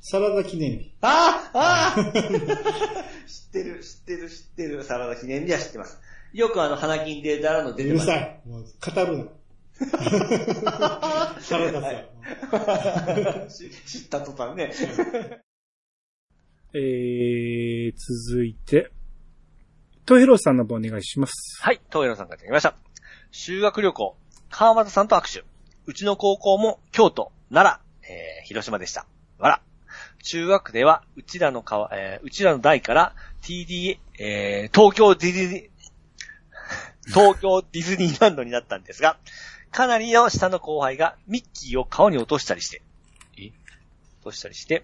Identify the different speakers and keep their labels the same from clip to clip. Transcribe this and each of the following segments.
Speaker 1: サラダ記念日。
Speaker 2: ああああ知ってる、知ってる、知ってる。サラダ記念日は知ってます。よくあの、花金でダラの
Speaker 1: う
Speaker 2: 出て
Speaker 1: る
Speaker 2: ます。
Speaker 1: さい。もう、語るな。サラダ さん。
Speaker 2: 知知った途端ね。
Speaker 3: えー、続いて、トヘロさんの方お願いします。
Speaker 4: はい、東洋さんからいただきました。修学旅行、川端さんと握手。うちの高校も京都、奈良、えー、広島でした。わら。中学では、うちらの川、えー、うちらの代から TD、えー、東京ディズニー、東京ディズニーランドになったんですが、かなりの下の後輩がミッキーを川に落としたりして、え落としたりして、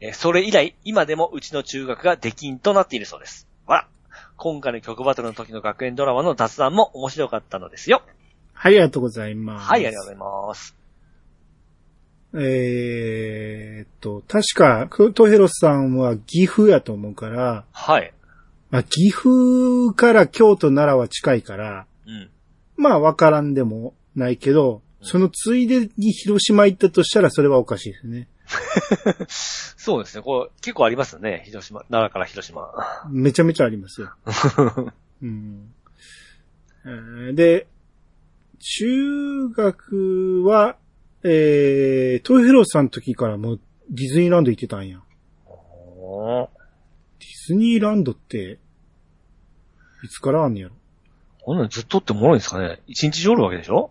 Speaker 4: えーそれ以来、今でもうちの中学が出禁となっているそうです。わら。今回の曲バトルの時の学園ドラマの雑談も面白かったのですよ。
Speaker 3: はい、ありがとうございます。
Speaker 4: はい、ありがとうございます。
Speaker 3: えーっと、確か、クトヘロスさんは岐阜やと思うから、
Speaker 4: はい。
Speaker 3: まあ、岐阜から京都奈良は近いから、
Speaker 4: うん。
Speaker 3: まあわからんでもないけど、そのついでに広島行ったとしたらそれはおかしいですね。
Speaker 4: そうですね。こう、結構ありますよね。広島、奈良から広島。
Speaker 3: めちゃめちゃありますよ。うんえーで、中学は、えー、トヘロスさんの時からもうディズニーランド行ってたんや。
Speaker 4: おー
Speaker 3: ディズニーランドって、いつからあんねやろ。
Speaker 4: こんなのずっとってもろいんですかね一日上るわけでしょ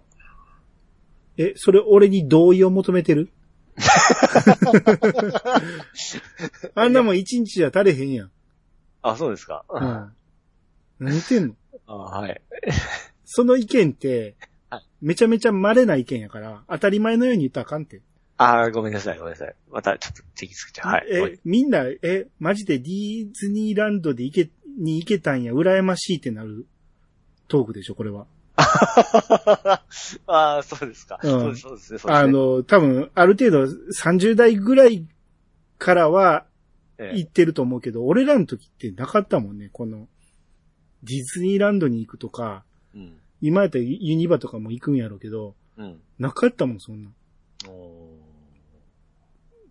Speaker 3: え、それ俺に同意を求めてるあんなもん一日じゃ足れへんやん。
Speaker 4: あ、そうですか。
Speaker 3: うん。何言ってんの
Speaker 4: あはい。
Speaker 3: その意見って
Speaker 4: は、
Speaker 3: めちゃめちゃ稀な意見やから、当たり前のように言ったらあかんて。
Speaker 4: あごめんなさい、ごめんなさい。また、ちょっと、敵つけちゃう。はい。おい
Speaker 3: え、みんな、え、マジでディズニーランドで行け、に行けたんや、羨ましいってなるトークでしょ、これは。
Speaker 4: あーそうですか。
Speaker 3: うん
Speaker 4: そうですそうですね。そうですね
Speaker 3: あ、の、多分、ある程度30代ぐらいからは
Speaker 4: ええ
Speaker 3: 行ってると思うけど、俺らの時ってなかったもんね、この、ディズニーランドに行くとか、
Speaker 4: うん。
Speaker 3: 今やったらユニバとかも行くんやろうけど、
Speaker 4: うん。
Speaker 3: なかったもん、そんな。
Speaker 4: おー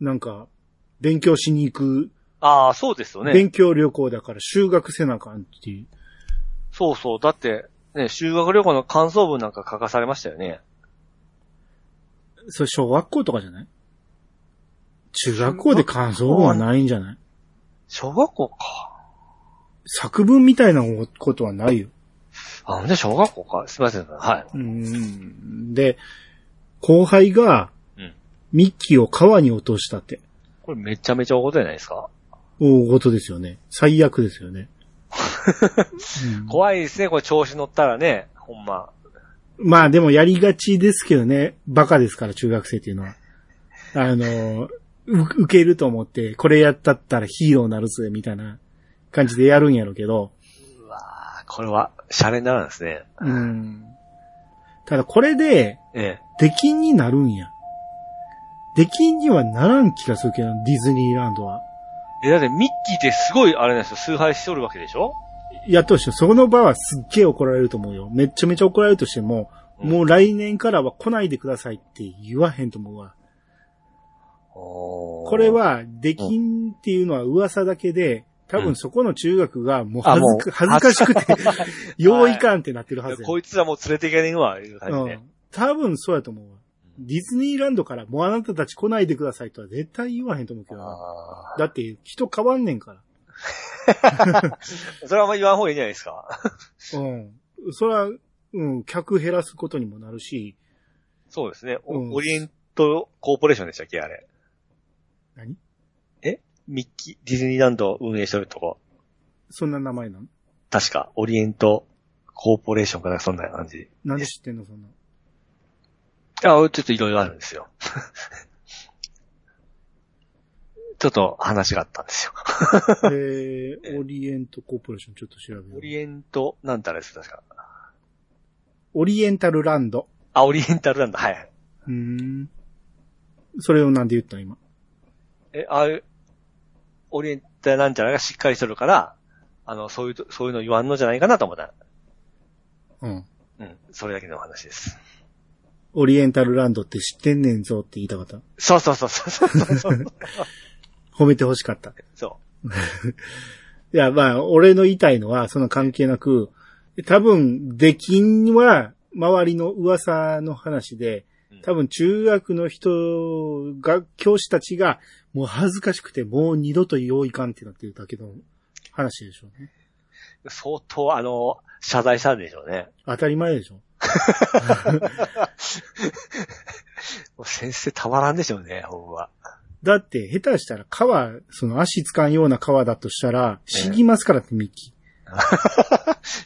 Speaker 3: なんか、勉強しに行く、
Speaker 4: ああ、そうですよね。
Speaker 3: 勉強旅行だから修学せなあかんっていう。
Speaker 4: そうそう。だって、ね、修学旅行の感想文なんか書かされましたよね。
Speaker 3: それ小学校とかじゃない中学校で感想文はないんじゃない
Speaker 4: 小学校か。
Speaker 3: 作文みたいなことはないよ。
Speaker 4: あ、ほんで小学校か。すいません。はい。
Speaker 3: うん。で、後輩が
Speaker 4: うん、
Speaker 3: ミッキーを川に落としたって、
Speaker 4: これめちゃめちゃ大事じゃないですか。
Speaker 3: 大事ですよね。最悪ですよ ね。うん
Speaker 4: 怖いですね。これ調子乗ったらね。ほんま。
Speaker 3: まあでもやりがちですけどね。バカですから、中学生っていうのは。あの、う受けると思って、これやったったらヒーローになるぜ、みたいな感じでやるんやろうけど。
Speaker 4: うわーこれは、シャレにならんですね。
Speaker 3: うん。ただこれで、
Speaker 4: ええ。
Speaker 3: 出禁になるんや。出禁にはならん気がするけど、ディズニーランドは。
Speaker 4: え、だってミッキーってすごい、あれなんですよ。崇拝しとるわけでしょ
Speaker 3: やってほしい。そこの場はすっげえ怒られると思うよ。めっちゃめちゃ怒られるとしても、
Speaker 4: うん
Speaker 3: もう来年からは来ないでくださいって言わへんと思うわ。
Speaker 4: こ
Speaker 3: これ、は、出禁っていうのは噂だけで、多分そこの中学がもう
Speaker 4: あ
Speaker 3: 恥
Speaker 4: も
Speaker 3: ず
Speaker 4: う
Speaker 3: か恥ずかしくて、 用意感ってなってるはずや。
Speaker 4: こいつらもう連れていけねえわ、いう感じ
Speaker 3: う
Speaker 4: で。
Speaker 3: ん。多分そうやと思うわ。ディズニーランドからもうあなたたち来ないでくださいとは絶対言わへんと思うけどな。
Speaker 4: あ
Speaker 3: だって人変わんねんから。
Speaker 4: ーそれはあんま言わん方がいいんじゃないですか。
Speaker 3: うん。それは、うん、客減らすことにもなるし、
Speaker 4: そうですね。
Speaker 3: うん
Speaker 4: おオリエントコーポレーションでしたっけ、あれ。
Speaker 3: 何
Speaker 4: ミッキー、ディズニーランドを運営してるとこ。
Speaker 3: そんな名前なの
Speaker 4: 確か、オリエントコーポレーションかなんかそんな感じ。
Speaker 3: なんで知ってんのそ んな。
Speaker 4: あ、ちょっといろいろあるんですよ。 ちょっと話があったんですよ。
Speaker 3: えー、オリエントコーポレーションちょっと調べ
Speaker 4: オ
Speaker 3: よう。
Speaker 4: リエント、なんたらです、確か。
Speaker 3: オリエンタルランド。
Speaker 4: あ、オリエンタルランド、はいはい。
Speaker 3: うーん。それをなんで言ったの今。
Speaker 4: え、ああいう、オリエンタルなんちゃらがしっかりしとるから、あの、そういうと、そういうの言わんのじゃないかなと思った。
Speaker 3: うん。
Speaker 4: うん、それだけのお話です。
Speaker 3: オリエンタルランドって知ってんねんぞって言いたかった。
Speaker 4: そうそうそうそうそうそう。
Speaker 3: 褒めて欲しかった。
Speaker 4: そ
Speaker 3: いや、まあ、俺の言いたいのは、そんな関係なく、多分、出禁は、周りの噂の話で
Speaker 4: うん、
Speaker 3: 多分、中学の人が、教師たちが、もう恥ずかしくて、もう二度と用意かんってなってるだけの話でしょうね。
Speaker 4: う。相当、あの、謝罪したんでしょうね。
Speaker 3: 当たり前で しょ。
Speaker 4: もう先生たまらんでしょうね、ほんま。
Speaker 3: だって、下手したら川、その足つかんような川だとしたら、死にますからってミッキ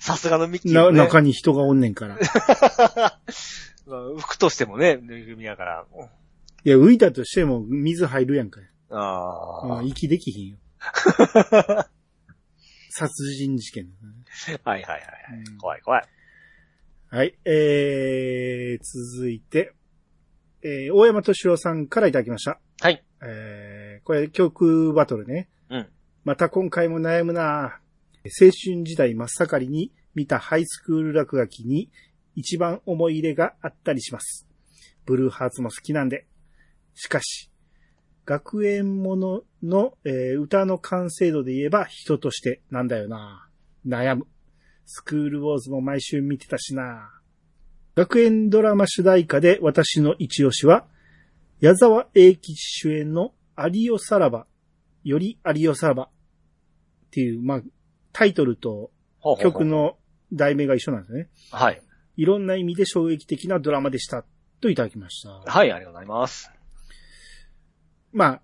Speaker 4: さすがのミッキ
Speaker 3: ー。
Speaker 4: ーも
Speaker 3: な、
Speaker 4: ね、
Speaker 3: 中に人がおんねんから。
Speaker 4: まあ服としてもね、ぬいぐるみやから。
Speaker 3: いや、浮いたとしても水入るやんか。
Speaker 4: あ
Speaker 3: あ
Speaker 4: あ。
Speaker 3: 息できひんよ。殺人事件、
Speaker 4: はいはいはい。
Speaker 3: うん
Speaker 4: 怖い怖い。
Speaker 3: はい、えー、続いて、えー、大山敏郎さんからいただきました。
Speaker 4: はい。
Speaker 3: えー、これ、曲バトルね。
Speaker 4: うん。
Speaker 3: また今回も悩むな青春時代真っ盛りに見たハイスクール落書きに一番思い入れがあったりします。ブルーハーツも好きなんで。しかし、学園ものの、えー歌の完成度で言えば人としてなんだよな悩む。スクールウォーズも毎週見てたしな学園ドラマ主題歌で私の一押しは、矢沢永吉主演のアリオさらば、よりアリオさらばっていう、まあ、タイトルと
Speaker 4: ほうほうほう
Speaker 3: 曲。の題名が一緒なんですね。
Speaker 4: はい。
Speaker 3: いろんな意味で衝撃的なドラマでした。といただきました。
Speaker 4: はい、ありがとうございます。
Speaker 3: まあ、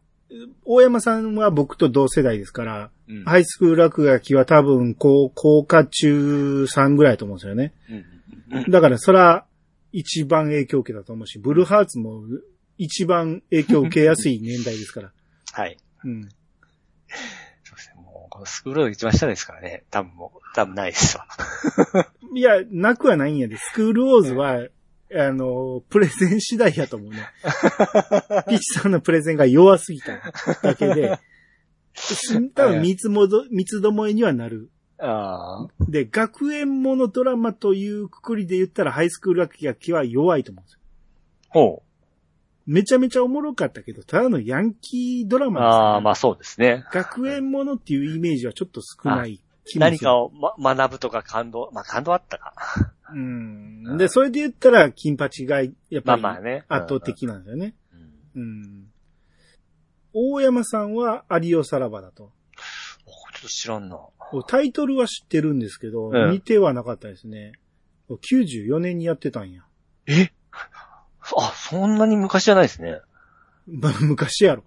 Speaker 3: 大山さんは僕と同世代ですから、
Speaker 4: うん。
Speaker 3: ハイスクール落書きは多分、こう、高価中3ぐらいだと思うんですよね。
Speaker 4: うんうんうん
Speaker 3: だから、そら、一番影響を受けたと思うし、ブルーハーツも一番影響を受けやすい年代ですから。
Speaker 4: はい。
Speaker 3: うん。
Speaker 4: そうですね。もう、このスクールロード一番下ですからね。多分もう、多分ないですわ。
Speaker 3: いや、なくはないんやで、スクールウォーズは、あの、プレゼン次第やと思うね。 ピッチさんのプレゼンが弱すぎただけで、 し多分三つもど、三つどもえにはなる。
Speaker 4: あ
Speaker 3: で、学園ものドラマというくくりで言ったら、ハイスクール落書きは弱いと思うんですよ。
Speaker 4: あ。ほ
Speaker 3: めちゃめちゃおもろかったけど、ただのヤンキードラ
Speaker 4: う。
Speaker 3: マですから
Speaker 4: ああ、まあそうですね。
Speaker 3: 学園ものっていうイメージはちょっと少ない気もする
Speaker 4: 何かを、ま、学ぶとか感動、まあ感動あったか。
Speaker 3: うん。で、それで言ったら、金八が、やっ
Speaker 4: まあ
Speaker 3: ぱり、
Speaker 4: まあね。
Speaker 3: 圧倒的なんですよね。
Speaker 4: うん。うん
Speaker 3: うん。大山さんは、アリオさらばだと。
Speaker 4: おちょっと知らんな。
Speaker 3: タイトルは知ってるんですけど、
Speaker 4: うん
Speaker 3: 見てはなかったですね。94年にやってたんや。
Speaker 4: えあ、そんなに昔じゃないですね。
Speaker 3: まあ昔やろ。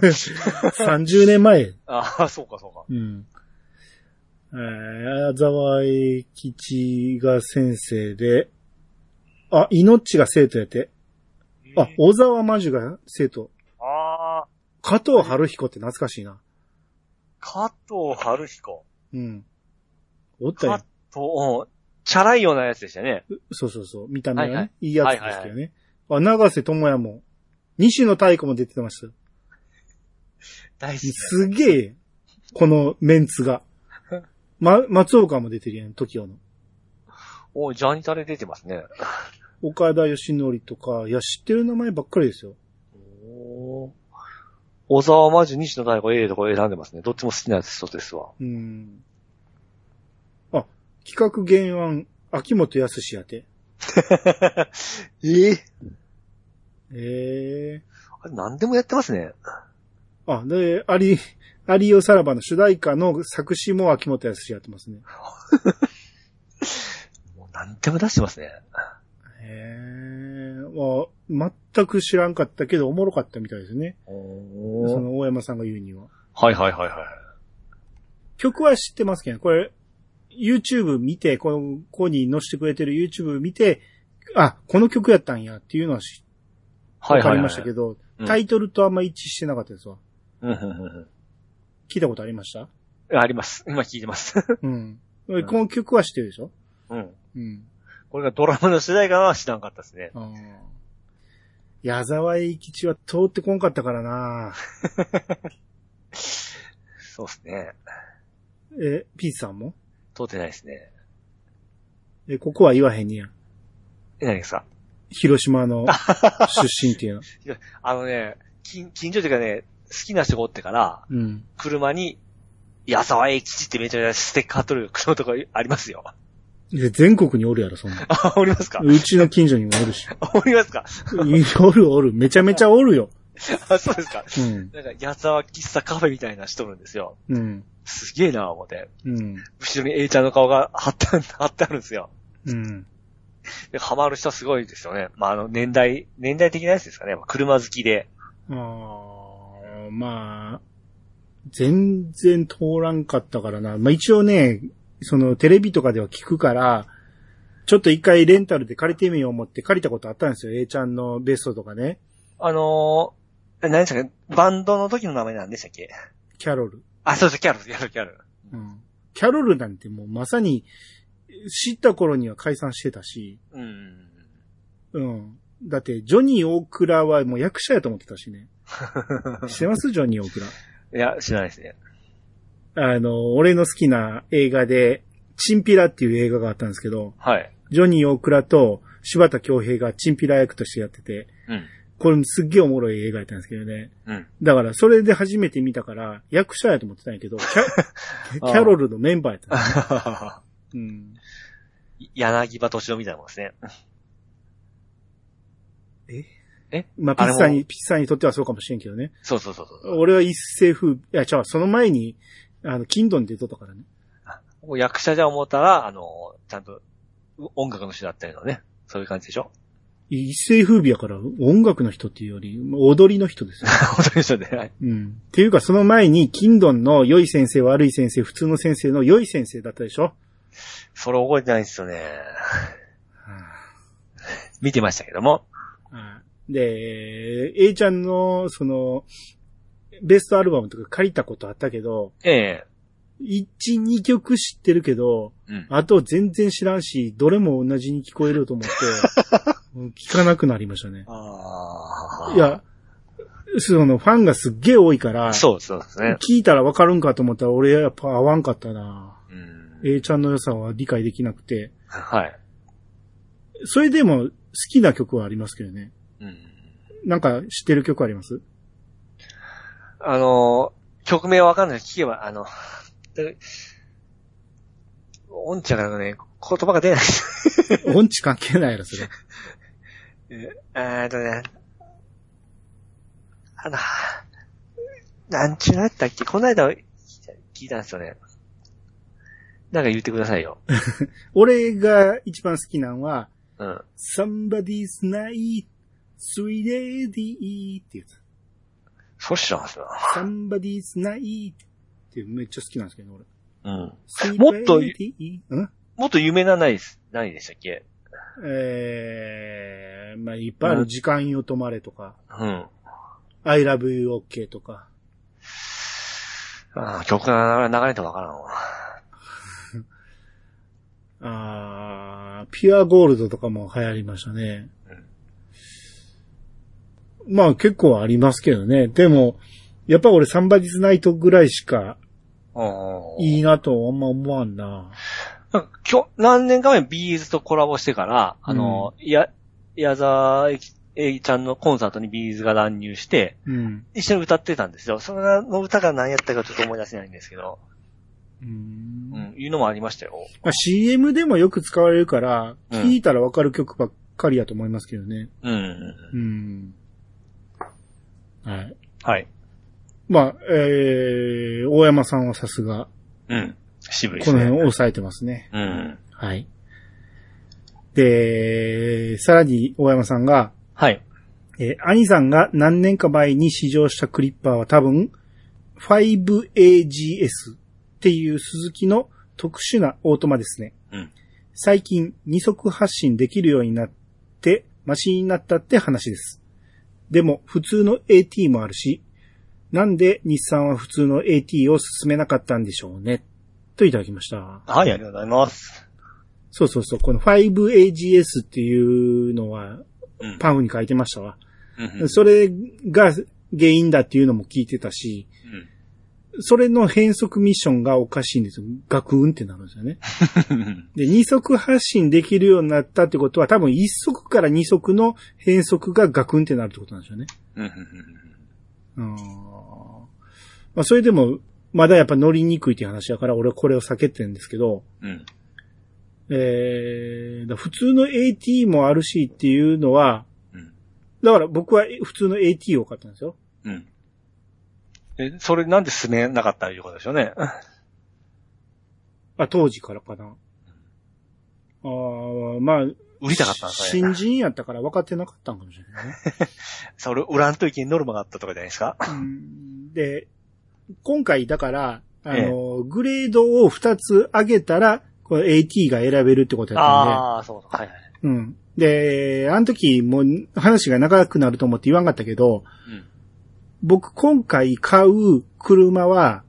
Speaker 3: 30年前。
Speaker 4: ああ、そうかそうか。
Speaker 3: うん。えー、矢沢永吉が先生で、あ、命が生徒やって。あ、小沢真珠が生徒。
Speaker 4: ああ、
Speaker 3: 加藤春彦って懐かしいな。
Speaker 4: 加藤春彦。
Speaker 3: うん。おったや
Speaker 4: 加
Speaker 3: ん
Speaker 4: 藤、うんチャラいようなやつでしたね。
Speaker 3: そうそうそう。見た目がね、
Speaker 4: はい
Speaker 3: い、
Speaker 4: はい
Speaker 3: やつですけどね。あ、長瀬智也も。西野太子も出てましたよ。
Speaker 4: 大好き。
Speaker 3: すげえ、このメンツ が。ま、松岡も出てるやん、t o k i o の。
Speaker 4: おジャニタレ出てますね。
Speaker 3: 岡田義則とか、いや、知ってる名前ばっかりですよ。
Speaker 4: おー小沢魔女、西野大吾、A とこ選んでますね。どっちも好きなやつですわ。
Speaker 3: うん。あ、企画原案、秋元康やて。
Speaker 4: え
Speaker 3: ええ
Speaker 4: あれ、何でもやってますね。
Speaker 3: あ、で、アリ、アリオさらばの主題歌の作詞も秋元康やってますね。
Speaker 4: もう何でも出してますね。
Speaker 3: へえ、まあ、全く知らんかったけど、おもろかったみたいですね。その大山さんが言うには。
Speaker 4: はいはいはいはい。
Speaker 3: 曲は知ってますけど、これ、YouTube 見て、この、ここに載せてくれてる YouTube 見て、あ、この曲やったんやっていうのは知
Speaker 4: はいはい、は
Speaker 3: わ
Speaker 4: い。
Speaker 3: かりましたけど、
Speaker 4: うん
Speaker 3: タイトルとあんま一致してなかったですわ。
Speaker 4: うんうん
Speaker 3: 聞いたことありました
Speaker 4: うん。あります。今聞いてます。
Speaker 3: うん。この曲は知ってるでしょ
Speaker 4: うん。
Speaker 3: うん。
Speaker 4: これがドラマの主題歌は知らんかったですね。
Speaker 3: あー矢沢永吉は通ってこんかったからな
Speaker 4: そうですね。
Speaker 3: え、ピースさんも
Speaker 4: 通ってないですね。
Speaker 3: え、ここは言わへんにや。
Speaker 4: え、何ですか
Speaker 3: 広島の出身っていうの。
Speaker 4: あのね、近、近所というかね、好きな人がおってから、
Speaker 3: うん。
Speaker 4: 車に、矢沢永吉ってめちゃめちゃステッカー取る車とかありますよ。
Speaker 3: いや全国におるやろ、そんな。
Speaker 4: あ、おりますか
Speaker 3: うちの近所にもおるし。
Speaker 4: おりますか
Speaker 3: おるおる。めちゃめちゃおるよ。
Speaker 4: あ、そうですか。
Speaker 3: うん。
Speaker 4: なんか、矢沢喫茶カフェみたいな人おるんですよ。
Speaker 3: うん。
Speaker 4: すげえなぁ思って。
Speaker 3: うん。
Speaker 4: 後ろに A ちゃんの顔が貼ってある、貼ってあるんですよ。
Speaker 3: うん。
Speaker 4: で、ハマる人はすごいですよね。まあ、あの、年代、年代的なやつですかね。まあ車好きで。
Speaker 3: あーまあ、全然通らんかったからな。まあ一応ね、そのテレビとかでは聞くから、ちょっと一回レンタルで借りてみよう思って借りたことあったんですよ。A ちゃんのベストとかね。
Speaker 4: あのー、何でしたっけバンドの時の名前なんでしたっけ
Speaker 3: キャロル。
Speaker 4: あ、そうそう、キャロル、キャロル、キャロル。
Speaker 3: うん。キャロルなんてもうまさに、知った頃には解散してたし、
Speaker 4: うん。
Speaker 3: うん。だって、ジョニー・オークラはもう役者やと思ってたしね。してますジョニー・オークラ。
Speaker 4: いや、知らないですね。
Speaker 3: あの、俺の好きな映画で、チンピラっていう映画があったんですけど、
Speaker 4: はい。
Speaker 3: ジョニー・オークラと柴田恭平がチンピラ役としてやってて、
Speaker 4: うん。
Speaker 3: これすっげえおもろい映画やったんですけどね。
Speaker 4: うん。
Speaker 3: だから、それで初めて見たから、役者やと思ってたんやけど、キ ャキャロルのメンバーやったんです。うん。
Speaker 4: 柳葉敏郎みたいなもんですね。
Speaker 3: まあ、ピ
Speaker 4: あれ
Speaker 3: ッ
Speaker 4: も
Speaker 3: サに、ピッサにとってはそうかもしれんけどね。
Speaker 4: そうそうそうそう。
Speaker 3: 俺は一世風、いや、違う、その前に、あの、キンドンで出とったからね。
Speaker 4: もう役者じゃ思ったら、あのー、ちゃんと、う音楽の人だったりのね。そういう感じでし ょ
Speaker 3: 一世風靡やから、音楽の人っていうより、踊りの人 ですよ。
Speaker 4: 本当にそうね。はい。
Speaker 3: うん。っていうか、その前に、キンドンの良い先生、悪い先生、普通の先生の良い先生だったでしょ
Speaker 4: それ覚えてないんですよね。見てましたけども。
Speaker 3: で、A ちゃんの、その、ベストアルバムとか借りたことあったけど、
Speaker 4: ええ
Speaker 3: 1、2曲知ってるけど、
Speaker 4: うん。
Speaker 3: あと全然知らんし、どれも同じに聞こえると思って、 もう聞かなくなりましたね。
Speaker 4: ああ。
Speaker 3: い、や、そのファンがすっげえ多いから、
Speaker 4: そうそうですね。
Speaker 3: 聞いたらわかるんかと思ったら俺やっぱ合わんかったな。
Speaker 4: うん。
Speaker 3: A ちゃんの良さは理解できなくて、
Speaker 4: はい。
Speaker 3: それでも好きな曲はありますけどね。
Speaker 4: うん。
Speaker 3: なんか知ってる曲あり ます
Speaker 4: あのー、曲名わかんない。聞けば、あの、でおんちゃらのね、言葉が出ない。
Speaker 3: 音痴関係ないやろ、それ。
Speaker 4: えーっとね、あの、なんちゅうなったっけこの間聞いた聞いたんですよね。なんか言ってくださいよ。
Speaker 3: 俺が一番好きなのは、
Speaker 4: うん。
Speaker 3: Somebody's Night, Three Day D っていうやつ。
Speaker 4: そうしらんすよ。
Speaker 3: Somebody's Night っていうめっちゃ好きなんですけど、俺。
Speaker 4: うん。
Speaker 3: Three
Speaker 4: もっと
Speaker 3: Day D うん
Speaker 4: もっと有名なないです、ないでしたっけ
Speaker 3: えー、まあいっぱいある。時間よ止まれとか、
Speaker 4: うん。
Speaker 3: I love you OK とか。
Speaker 4: あー曲が流れ流れてわからんわ。
Speaker 3: あー、ピュアゴールドとかも流行りましたね。まあ結構ありますけどね。でも、やっぱ俺サンバディズナイトぐらいしか
Speaker 4: おー
Speaker 3: いいなとあんま思わんな。
Speaker 4: なんか今日、何年か前ビーズとコラボしてから、あの、や、矢沢永吉永吉ちゃんのコンサートにビーズが乱入して、
Speaker 3: うん。
Speaker 4: 一緒に歌ってたんですよ。それの歌が何やったかちょっと思い出せないんですけど、
Speaker 3: う
Speaker 4: うんん、いうのもありましたよ。
Speaker 3: まあ、CM でもよく使われるから、
Speaker 4: うん
Speaker 3: 聞いたらわかる曲ばっかりやと思いますけどね。
Speaker 4: うん。
Speaker 3: うん。はい。
Speaker 4: はい。
Speaker 3: まあ、えー、大山さんはさすが、
Speaker 4: うん。渋いで
Speaker 3: こ
Speaker 4: す
Speaker 3: の
Speaker 4: ね。
Speaker 3: 辺を抑えてますね。
Speaker 4: うん。
Speaker 3: はい。で、さらに大山さんが、
Speaker 4: はい。
Speaker 3: えー、兄さんが何年か前に試乗したクリッパーは多分、5AGS っていう鈴木の特殊なオートマですね。
Speaker 4: うん
Speaker 3: 最近、二足発進できるようになって、マシになったって話です。でも、普通の AT もあるし、なんで日産は普通の AT を進めなかったんでしょうね。といただきました。
Speaker 4: はい、ありがとうございます。
Speaker 3: そうそうそう、この 5AGS っていうのは、
Speaker 4: うん。
Speaker 3: パンフに書いてましたわ。
Speaker 4: うん。
Speaker 3: それが原因だっていうのも聞いてたし、
Speaker 4: うん
Speaker 3: それの変速ミッションがおかしいんですよ。ガクーンってなるんですよね。で、二足発進できるようになったってことは、多分一足から二足の変速がガクンってなるってことなんでしょうね。うん。まあ、それでも、まだやっぱ乗りにくいっていう話だから、俺はこれを避けてるんですけど、
Speaker 4: うん。
Speaker 3: えー、だ普通の AT もあるしっていうのは、
Speaker 4: うん
Speaker 3: だから僕は普通の AT を買ったんですよ。
Speaker 4: うん。え、それなんで進めなかったということでしょうね。
Speaker 3: あ、当時からかな。ああ、まあ、
Speaker 4: 売りたかったんですか
Speaker 3: 新
Speaker 4: ね。
Speaker 3: 人やったから分かってなかったんかもしれ ないね。
Speaker 4: それ、売らんといけんノルマがあったとかじゃないですか。
Speaker 3: うんで、今回だから、あの、
Speaker 4: え
Speaker 3: グレードを2つ上げたら、この AT が選べるってことやったん
Speaker 4: ああ、そうか。はいはい。
Speaker 3: で、うん。で、あの時もう話が長くなると思って言わんかったけど、
Speaker 4: うん。
Speaker 3: 僕今回買う車は、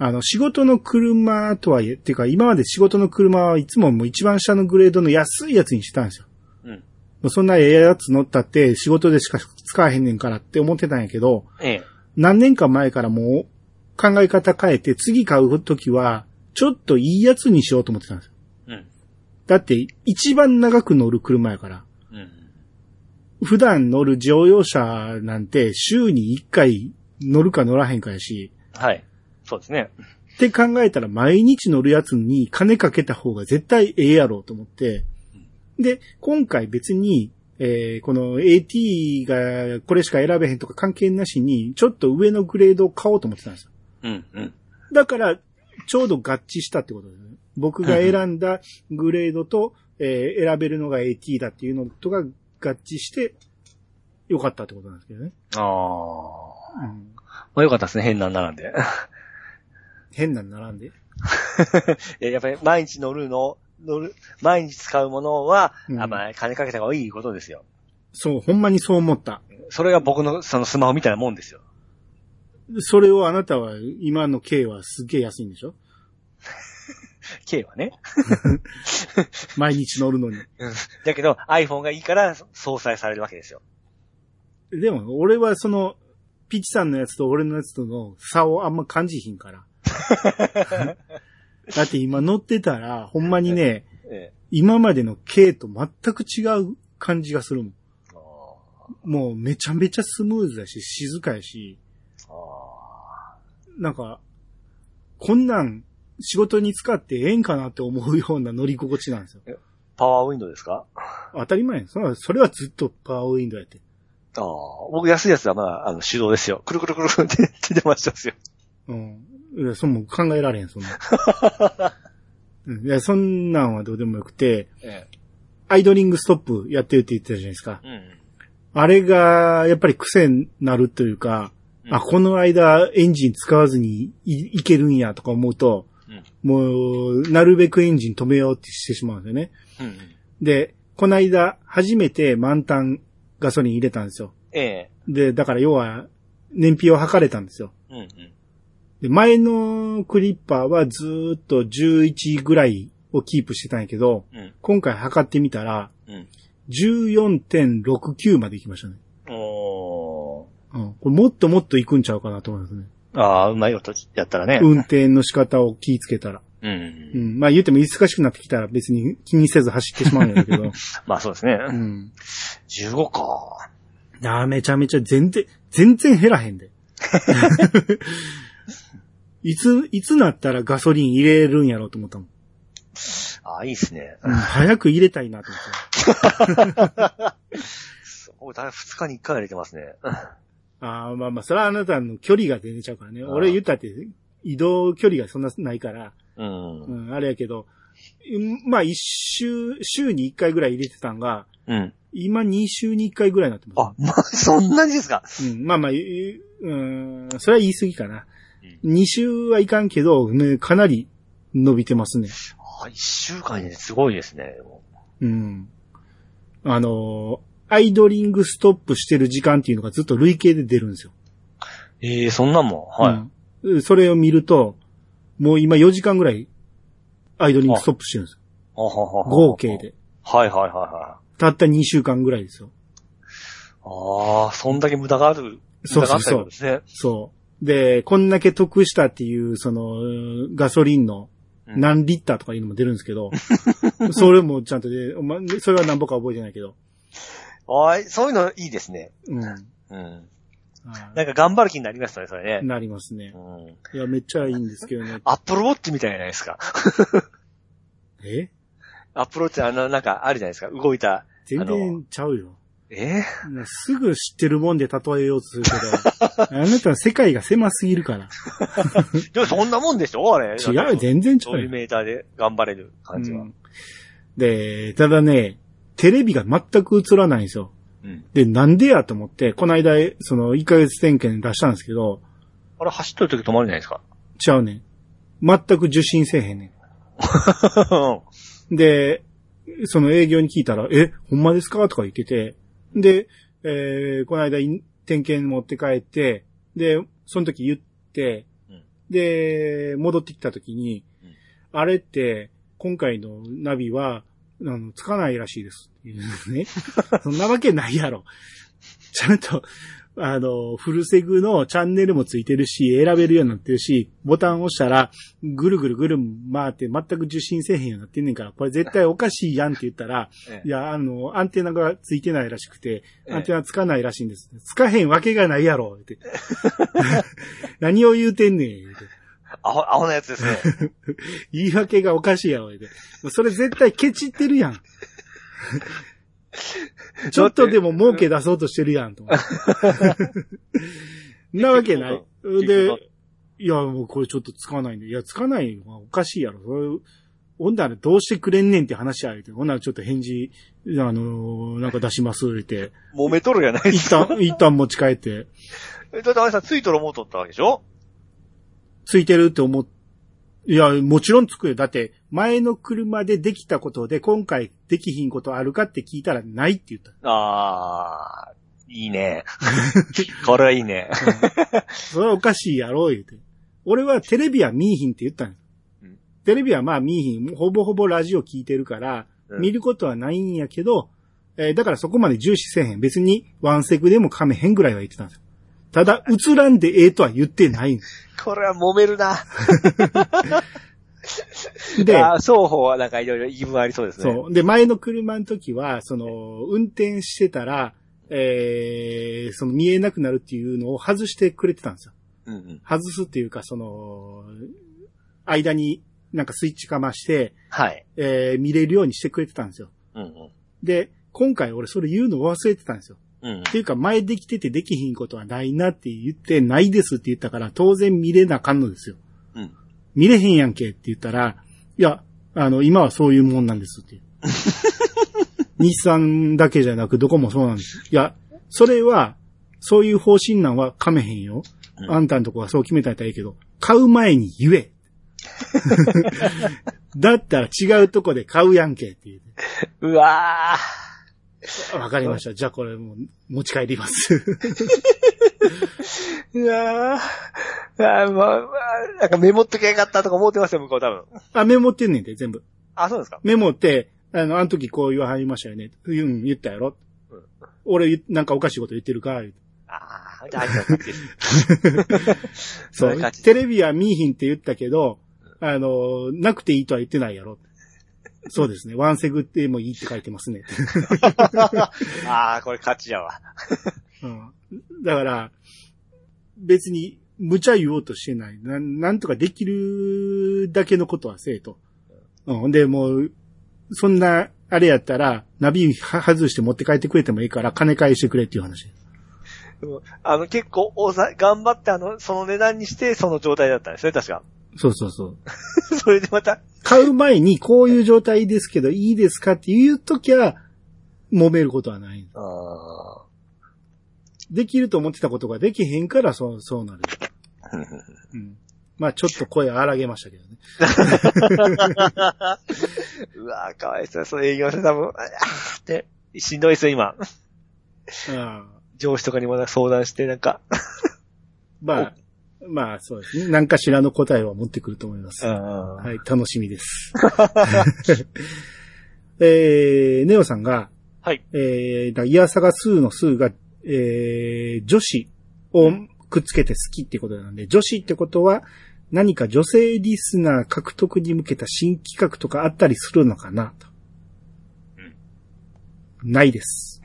Speaker 3: あの、仕事の車とはいえ、っていうか今まで仕事の車はいつももう一番下のグレードの安いやつにしてたんですよ。
Speaker 4: うん
Speaker 3: もうそんなええやつ乗ったって仕事でしか使えへんねんからって思ってたんやけど、
Speaker 4: ええ。
Speaker 3: 何年か前からもう考え方変えて次買うときは、ちょっといいやつにしようと思ってたんですよ。
Speaker 4: うん。
Speaker 3: だって一番長く乗る車やから。
Speaker 4: うん。
Speaker 3: 普段乗る乗用車なんて週に1回乗るか乗らへんかやし、
Speaker 4: はい。そうですね。
Speaker 3: って考えたら毎日乗るやつに金かけた方が絶対ええやろうと思って。で、今回別に、えーこの AT がこれしか選べへんとか関係なしに、ちょっと上のグレードを買おうと思ってたんですよ。
Speaker 4: うん。うん。
Speaker 3: だから、ちょうど合致したってことですね。僕が選んだグレードと、えー選べるのが AT だっていうのとが合致して、よかったってことなんですけどね。
Speaker 4: ああ。
Speaker 3: うん
Speaker 4: まあよかったですね。変なんならんで。
Speaker 3: 変なん並んで。
Speaker 4: えやっぱり毎日乗るの、乗る、毎日使うものは、
Speaker 3: うん
Speaker 4: あまあ金かけた方がいいことですよ。
Speaker 3: そう、ほんまにそう思った。
Speaker 4: それが僕のそのスマホみたいなもんですよ。
Speaker 3: それをあなたは、今の K はすげえ安いんでしょ
Speaker 4: K はね。
Speaker 3: 毎日乗るのに。
Speaker 4: だけど iPhone がいいから相殺されるわけですよ。
Speaker 3: でも、俺はその、ピチさんのやつと俺のやつとの差をあんま感じひんから。だって今乗ってたら、ほんまにね、
Speaker 4: ええ。
Speaker 3: 今までの K と全く違う感じがするもん。
Speaker 4: あ
Speaker 3: もうめちゃめちゃスムーズだし、静かやし、
Speaker 4: ーあ
Speaker 3: なんか、こんなん仕事に使ってええんかなって思うような乗り心地なんですよ。
Speaker 4: ー。パワーウィンドウですか
Speaker 3: 当たり前やそらそれはずっとパワーウィンドウやって。
Speaker 4: ああ。僕安いやつはまだ、あの、手動ですよ。くるくるくるくるって手で回してますよ。
Speaker 3: うん。いや、そんもう考えられへん、そ んなん。うんいや、そんなんはどうでもよくて、
Speaker 4: ええ。
Speaker 3: アイドリングストップやってるって言ってたじゃないですか。
Speaker 4: うん。
Speaker 3: あれが、やっぱり癖になるというか、
Speaker 4: うん
Speaker 3: あ、この間エンジン使わずにいいけるんやとか思うと、
Speaker 4: うん
Speaker 3: もう、なるべくエンジン止めようってしてしまうんですよね。
Speaker 4: うん。
Speaker 3: で、この間、初めて満タンガソリン入れたんですよ。
Speaker 4: ええ。
Speaker 3: で、だから要は、燃費を測れたんですよ。
Speaker 4: うんうん。
Speaker 3: で、前のクリッパーはずーっと11ぐらいをキープしてたんやけど、
Speaker 4: うん
Speaker 3: 今回測ってみたら、
Speaker 4: うん
Speaker 3: 14.69まで行きましたね。
Speaker 4: お
Speaker 3: うん。これもっともっと行くんちゃうかなと思いますね。
Speaker 4: ー。ああ、うまいことやったらね。
Speaker 3: 運転の仕方を気ぃつけたら。
Speaker 4: うん。
Speaker 3: う
Speaker 4: うん、
Speaker 3: ん。まあ言っても忙しくなってきたら別に気にせず走ってしまうんや けど。
Speaker 4: まあそうですね。
Speaker 3: うん。
Speaker 4: 15か。
Speaker 3: ああ、めちゃめちゃ全然、全然減らへん で。いつ、いつなったらガソリン入れるんやろうと 思ったもん。
Speaker 4: ああ、いいですね。
Speaker 3: うん、早く入れたいなと思った。
Speaker 4: そう、だい2日に1回入れてますね。
Speaker 3: ああ、まあまあ、それはあなたの距離が出ちゃうからね。
Speaker 4: あー
Speaker 3: 俺言ったって、移動距離がそんなないから、
Speaker 4: うん。う。
Speaker 3: うんん、あれやけど、うんまあ一週、週に一回ぐらい入れてたんが、今二週に一回ぐらいになってま
Speaker 4: あ、まあ、そんなにですか。
Speaker 3: す。うん、まあまあ、いううん、それは言い過ぎかな。
Speaker 4: う
Speaker 3: 二週はいかんけど、ね、かなり伸びてますね。
Speaker 4: あ1週間ですごいですね。
Speaker 3: うん。あのーアイドリングストップしてる時間っていうのがずっと累計で出るんですよ。
Speaker 4: ええそんなんもん。はい。
Speaker 3: い。それを見ると、もう今4時間ぐらい、アイドリングストップしてるんですよ。
Speaker 4: あははは
Speaker 3: 合計。で。
Speaker 4: はいはいはいは
Speaker 3: たった2週間ぐらいですよ。
Speaker 4: い。ああ、そんだけ無駄がある。
Speaker 3: そうそう
Speaker 4: 無駄があったって
Speaker 3: そ
Speaker 4: こ
Speaker 3: う
Speaker 4: と。ですね。
Speaker 3: そで、こんだけ得したっていう、その、ガソリンの
Speaker 4: うん
Speaker 3: 何リッターとかいうのも出るんですけど、 それもちゃんとで、お前それは何ぼか覚えてないけど。
Speaker 4: はい、そういうのいいですね。
Speaker 3: うん。
Speaker 4: うん。
Speaker 3: あ
Speaker 4: なんか頑張る気になりましたね、それ
Speaker 3: ー
Speaker 4: ね。
Speaker 3: なりますね
Speaker 4: う。ん。
Speaker 3: いや、めっちゃいいんですけどね。
Speaker 4: アップルウォッチみたいじゃないですか。
Speaker 3: え
Speaker 4: アップルウォッチあの、なんかあるじゃないですか。動いた。
Speaker 3: 全然ちゃうよ。
Speaker 4: え
Speaker 3: すぐ知ってるもんで例えようとす るけど、あなたの世界が狭すぎるから。
Speaker 4: ーでもそんなもんでしょあれ。
Speaker 3: 違う、全然違
Speaker 4: そう
Speaker 3: う
Speaker 4: い
Speaker 3: よ
Speaker 4: う。メーターで頑張れる感じは。
Speaker 3: う
Speaker 4: うん。
Speaker 3: んで、ただね、テレビが全く映らないんですよ。で、なんでやと思って、この間、その、1ヶ月点検出したんですけど、
Speaker 4: あれ走ってる時止まるんじゃないで すか。
Speaker 3: 違うねん。全く受信せえへんねん。で、その営業に聞いたら、え、ほんまですかとか言ってて、で、えーこの間、い点検持って帰って、で、その時言って、
Speaker 4: うん
Speaker 3: で、戻ってきた時に、
Speaker 4: うん
Speaker 3: あれって、今回のナビは、あの、つかないらしいです。っていう ね。そんなわけないやろ。ちゃんと、あの、フルセグのチャンネルもついてるし、選べるようになってるし、ボタンを押したら、ぐるぐるぐる回って全く受信せえへんようになってんねんから、これ絶対おかしいやんって言った ら、
Speaker 4: え
Speaker 3: いや、あの、アンテナがついてないらしく
Speaker 4: え
Speaker 3: て、
Speaker 4: え
Speaker 3: アンテナつかないらしいんです。つかへんわけがないやろって。 何を言うてんねん。言うて
Speaker 4: アホ、アホなやつですね。
Speaker 3: 言い訳がおかしいやろ。言うてそれ絶対ケチって るやん。ちょっとでも儲け出そうとしてるやん。と思って なわけない。で、いや、もうこれちょっとつかないんで。いや、つかないのはおかしいやろ。それ、ほんならどうしてくれんねんって話や言うて。ほんならちょっと返事、あのーなんか出します、言って。
Speaker 4: 揉めとるやないです
Speaker 3: 一
Speaker 4: か。
Speaker 3: 旦、 一旦持ち帰って、
Speaker 4: えだってあれさん、ついとる思うとったわけでしょ
Speaker 3: ついてるって思っ、いや、もちろんつくよ。だって、前の車でできたことで、今回できひんことあるかって聞いたらないって言った。
Speaker 4: あー、いい ね。これはいいね。
Speaker 3: それはおかしいやろ、言うて。俺はテレビは見いひんって言ったんよ
Speaker 4: うん
Speaker 3: テレビはまあ見いひん。ほぼほぼラジオ聞いてるから、
Speaker 4: うん
Speaker 3: 見ることはないんやけど、えーだからそこまで重視せえへん。別にワンセグでも噛めへんぐらいは言ってたんですよ。ただ、映らんでええとは言ってないんです
Speaker 4: これは揉めるな。
Speaker 3: で、
Speaker 4: あー双方はなんかいろいろ言い分ありそうですね。
Speaker 3: そう。で、前の車の時は、その、運転してたら、えー、その見えなくなるっていうのを外してくれてたんですよ。
Speaker 4: うんうん。
Speaker 3: 外すっていうか、その、間になんかスイッチかまして、
Speaker 4: はい。
Speaker 3: えー、見れるようにしてくれてたんですよ。
Speaker 4: うんうん。
Speaker 3: で、今回俺それ言うの忘れてたんですよ。
Speaker 4: うんうん
Speaker 3: っ。ていうか、前できててできひんことはないなって言って、ないですって言ったから、当然見れなあかんのですよ。
Speaker 4: うん
Speaker 3: 見れへんやんけって言ったら、いや、あの、今はそういうもんなんです って。日産だけじゃなく、どこもそうなんです。いや、それは、そういう方針なんは噛めへんよ。
Speaker 4: うん
Speaker 3: あんたんとこはそう決めたんやったらいいけど、買う前に言 え。だったら違うとこで買うやんけって言
Speaker 4: う
Speaker 3: う
Speaker 4: わー。
Speaker 3: わかりました。じゃあこれもう持ち帰ります。
Speaker 4: いやー、あーまあ、まあなんかメモっときゃよかったとか思ってますよ、向こう多分。
Speaker 3: あ、メモってんねんで、全部。
Speaker 4: あ、そうですか。
Speaker 3: メモって、あの、あの時こう言わはりましたよね。うん、言ったやろ
Speaker 4: うん。
Speaker 3: 俺言、なんかおかしいこと言ってるか言うて
Speaker 4: ああ、じゃあ、相手の勝ちです。
Speaker 3: そ
Speaker 4: そういう
Speaker 3: う
Speaker 4: 感。じ
Speaker 3: テレビは見いひんって言ったけど、あの、なくていいとは言ってないやろ。そうですね。ワンセグってもいいって書いてますね。
Speaker 4: ああ、これ勝ちやわ。
Speaker 3: うん、だから、別に無茶言おうとしてない。なん、なんとかできるだけのことはせえと。うん。で、もう、そんな、あれやったら、ナビは外して持って帰ってくれてもいいから、金返してくれっていう話。
Speaker 4: うんあの、結構、おさ、頑張って、あの、その値段にして、その状態だったんですね、確か。
Speaker 3: そうそうそう。
Speaker 4: それでまた、
Speaker 3: 買う前に、こういう状態ですけど、いいですかっていうときは、揉めることはない。
Speaker 4: ああ、
Speaker 3: できると思ってたことができへんから、そう、そうなる。うん。まあちょっと声荒げましたけどね。
Speaker 4: うわー、かわいそう、その営業者多分、あーって、しんどいですよ、今。
Speaker 3: ああ
Speaker 4: 上司とかにもなんか相談して、なんか、
Speaker 3: まあ、まあそうですね。何かしらの答えは持ってくると思います。は
Speaker 4: ん
Speaker 3: い、楽しみです。 えー、ネオさんが、
Speaker 4: はい。
Speaker 3: えー、だからイヤサガ2の数が、えー、女子をくっつけて好きってことなんで、女子ってことは何か女性リスナー獲得に向けた新企画とかあったりするのかなと。ないです。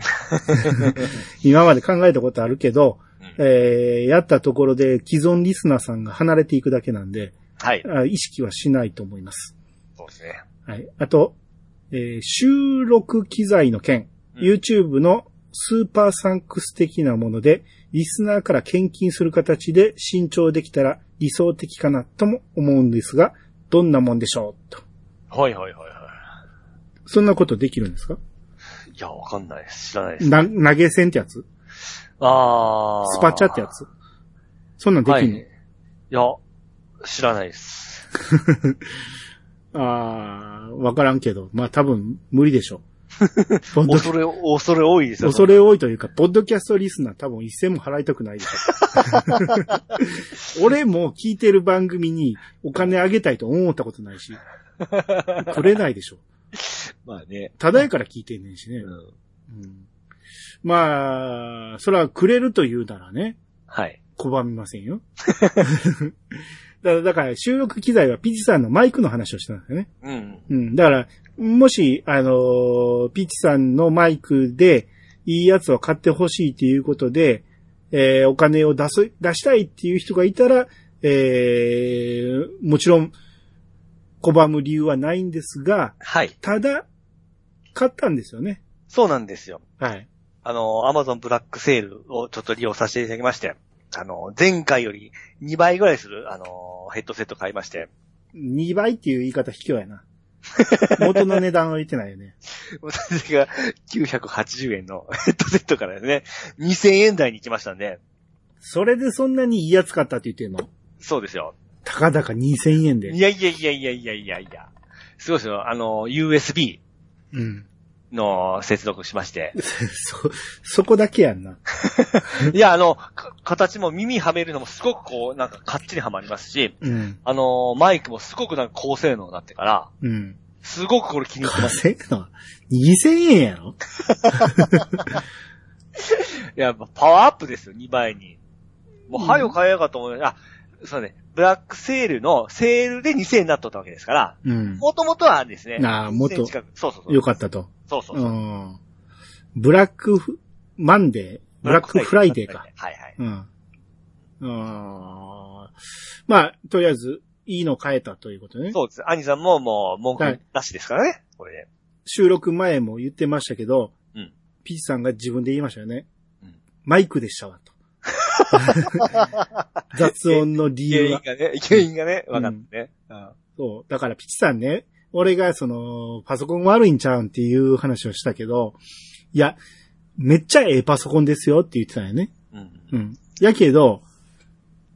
Speaker 3: 今まで考えたことあるけど、
Speaker 4: うん
Speaker 3: えー、やったところで既存リスナーさんが離れていくだけなんで、
Speaker 4: はい。
Speaker 3: あ意識はしないと思います。
Speaker 4: そうですね。
Speaker 3: はい。あと、えー収録機材の件、
Speaker 4: うん
Speaker 3: YouTube のスーパーサンクス的なもので、リスナーから献金する形で新調できたら理想的かなとも思うんですが、どんなもんでしょうと。
Speaker 4: はいはいはいは
Speaker 3: そんなことできるんですか
Speaker 4: い。いや、わかんないです。知らないです。
Speaker 3: な、投げ銭ってやつ
Speaker 4: あー。
Speaker 3: スパチャってやつそんなんできんの、
Speaker 4: はい。いや、知らないです。
Speaker 3: ああ、わからんけど、まあ多分無理でしょ う。ポッド
Speaker 4: 恐れ、恐れ多いですよ。
Speaker 3: 恐れ多いというか、ポッドキャストリスナー多分一銭も払いたくないでし ょ。俺も聞いてる番組にお金あげたいと思ったことないし、くれないでしょ。
Speaker 4: まあね。
Speaker 3: ただやから聞いてんねんしね。
Speaker 4: うん。
Speaker 3: うんまあ、それはくれると言うならね、
Speaker 4: はい。
Speaker 3: 拒みません よ。だから、だから収録機材はピチさんのマイクの話をしたんだよね。
Speaker 4: うん。
Speaker 3: うん。だから、もし、あのーピッチさんのマイクで、いいやつを買ってほしいということで、えーお金を出す、出したいっていう人がいたら、えーもちろん、拒む理由はないんですが、
Speaker 4: はい。
Speaker 3: ただ、買ったんですよね。
Speaker 4: そうなんですよ。
Speaker 3: はい。
Speaker 4: あの、アマゾンブラックセールをちょっと利用させていただきまして、あの、前回より2倍ぐらいする、あの、ヘッドセット買いまして、
Speaker 3: 2倍っていう言い方卑怯やな。 元の値段は言ってないよね。
Speaker 4: 私が980円の ヘッドセットからですね、2000円台に行きましたんで、
Speaker 3: それでそんなにいいやつ買ったって言ってんの
Speaker 4: そうですよ。
Speaker 3: たかだか2000円で
Speaker 4: い。やいやいやいやいやいやいや。すごいですよ。あの、USB
Speaker 3: うん。
Speaker 4: の接続しまして。
Speaker 3: そ、そこだけやんな。
Speaker 4: いや、あの、か形も耳はめるのもすごくこう、なんかかっちりはまりますし、
Speaker 3: うん。
Speaker 4: あの、マイクもすごくなんか高性能になってから、
Speaker 3: うん。
Speaker 4: すごくこれ気に入ってます
Speaker 3: 稼ぐのは2000円やろ
Speaker 4: いや、パワーアップですよ、2倍に。もう、はよ買えようかと思う。あ、そうね、ブラックセールの、セールで2000円になっとったわけですから、
Speaker 3: うん。
Speaker 4: もともとはですね、
Speaker 3: ああもっと
Speaker 4: 2000近くそうそうそう。
Speaker 3: よかったと。
Speaker 4: そうそう
Speaker 3: う
Speaker 4: そう。
Speaker 3: ん。ブラックフマンデー、ブラックフライデーか。。
Speaker 4: はいはい。
Speaker 3: うん。あーまあ、とりあえず、いいの変えたということね。
Speaker 4: そうです。アニさんももう、文句なしですからね、これで。
Speaker 3: 収録前も言ってましたけど、
Speaker 4: うん
Speaker 3: ピーチさんが自分で言いましたよね。
Speaker 4: うん
Speaker 3: マイクでしたわ、 と。雑音の理
Speaker 4: 原
Speaker 3: 由
Speaker 4: 因
Speaker 3: は。
Speaker 4: がね、原因がね、
Speaker 3: ん
Speaker 4: 分かったね。うん
Speaker 3: そう。だからピチさんね、俺がその、パソコン悪いんちゃうんっていう話をしたけど、いや、めっちゃええパソコンですよって言ってたんよね。
Speaker 4: うん。
Speaker 3: うん。やけど、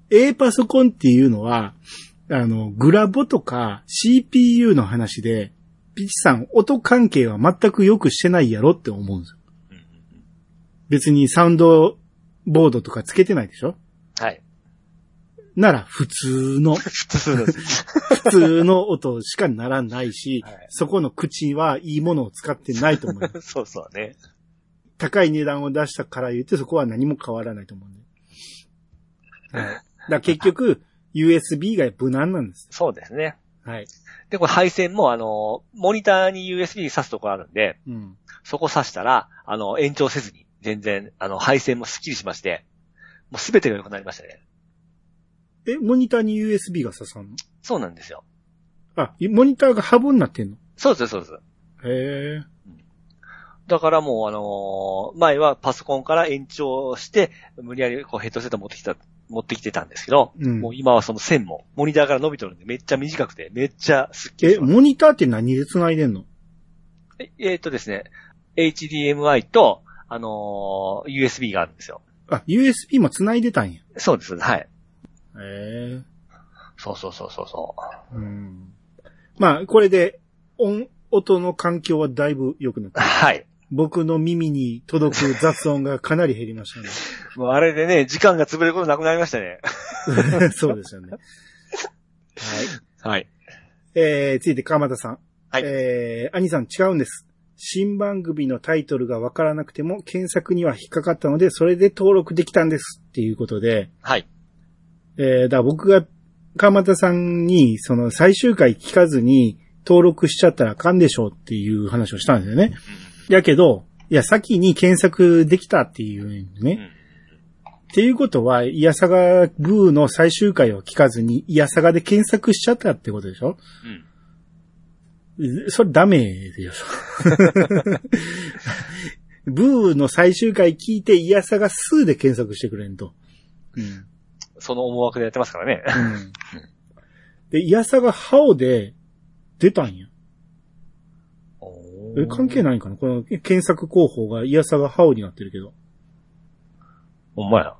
Speaker 3: ええパソコンっていうのは、あの、グラボとか CPU の話で、ピチさん音関係は全く良くしてないやろって思うんです
Speaker 4: う
Speaker 3: よ。
Speaker 4: ん
Speaker 3: 別にサウンドボードとかつけてないでしょ
Speaker 4: はい。
Speaker 3: なら普通の
Speaker 4: 普通のです。
Speaker 3: 普通の音しかならないし、
Speaker 4: はい
Speaker 3: そこの口はいいものを使ってないと 思う。
Speaker 4: そうそうね。
Speaker 3: 高い値段を出したから言ってそこは何も変わらないと思うん で。はい。だから結局、USB が無難なんです。
Speaker 4: そうですね。
Speaker 3: はい。
Speaker 4: で、これ配線も、あの、モニターに USB 挿すとこあるんで、
Speaker 3: うん。
Speaker 4: そこ刺したら、あの、延長せずに、全然、あの、配線もスッキリしまして、もうすべてが良くなりましたね。
Speaker 3: え、モニターに USB が刺さんの
Speaker 4: そうなんですよ。
Speaker 3: あ、いモニターがハブになってんの
Speaker 4: そうです、そうです。
Speaker 3: へえ。
Speaker 4: だからもう、あのー前はパソコンから延長して、無理やりこうヘッドセット持ってきた、持ってきてたんですけど、
Speaker 3: うん
Speaker 4: もう。今はその線も、モニターから伸びとるんで、めっちゃ短くて、めっちゃスッキリ
Speaker 3: え、
Speaker 4: します
Speaker 3: モニターって何で繋いでんの
Speaker 4: ええーっとですね、HDMI と、あのー USB があるんですよ。
Speaker 3: あ、USB も繋いでたんや。
Speaker 4: そうです、はい。
Speaker 3: へえ。
Speaker 4: そうそうそうそうそう。
Speaker 3: うん。まあ、これで、音、音の環境はだいぶ良くなった。
Speaker 4: はい。
Speaker 3: 僕の耳に届く雑音がかなり減りました
Speaker 4: もうあれでね、時間が潰れることなくなりました ね。
Speaker 3: ね。そうですよね。はい。
Speaker 4: はい。
Speaker 3: えー、ついて川又さん。
Speaker 4: はい
Speaker 3: えー、兄さん違うんです。新番組のタイトルがわからなくても検索には引っかかったので、それで登録できたんですっていうことで、
Speaker 4: はい。
Speaker 3: えー、だから僕が、川又さんに、その最終回聞かずに登録しちゃったらあかんでしょうっていう話をしたんですよね。やけど、いや、先に検索できたっていうね。
Speaker 4: うん
Speaker 3: っていうことは、イヤサガブーの最終回を聞かずに、イヤサガで検索しちゃったってことでしょ
Speaker 4: うん。
Speaker 3: それダメで しょブーの最終回聞いて、イヤサガ数で検索してくれんと。うん。
Speaker 4: その思惑でやってますからね。
Speaker 3: うんで、イヤサガハオで出たんや。え、関係
Speaker 4: い。
Speaker 3: ないんかなこの検索候補がイヤサガハオになってるけど。
Speaker 4: ほんまや。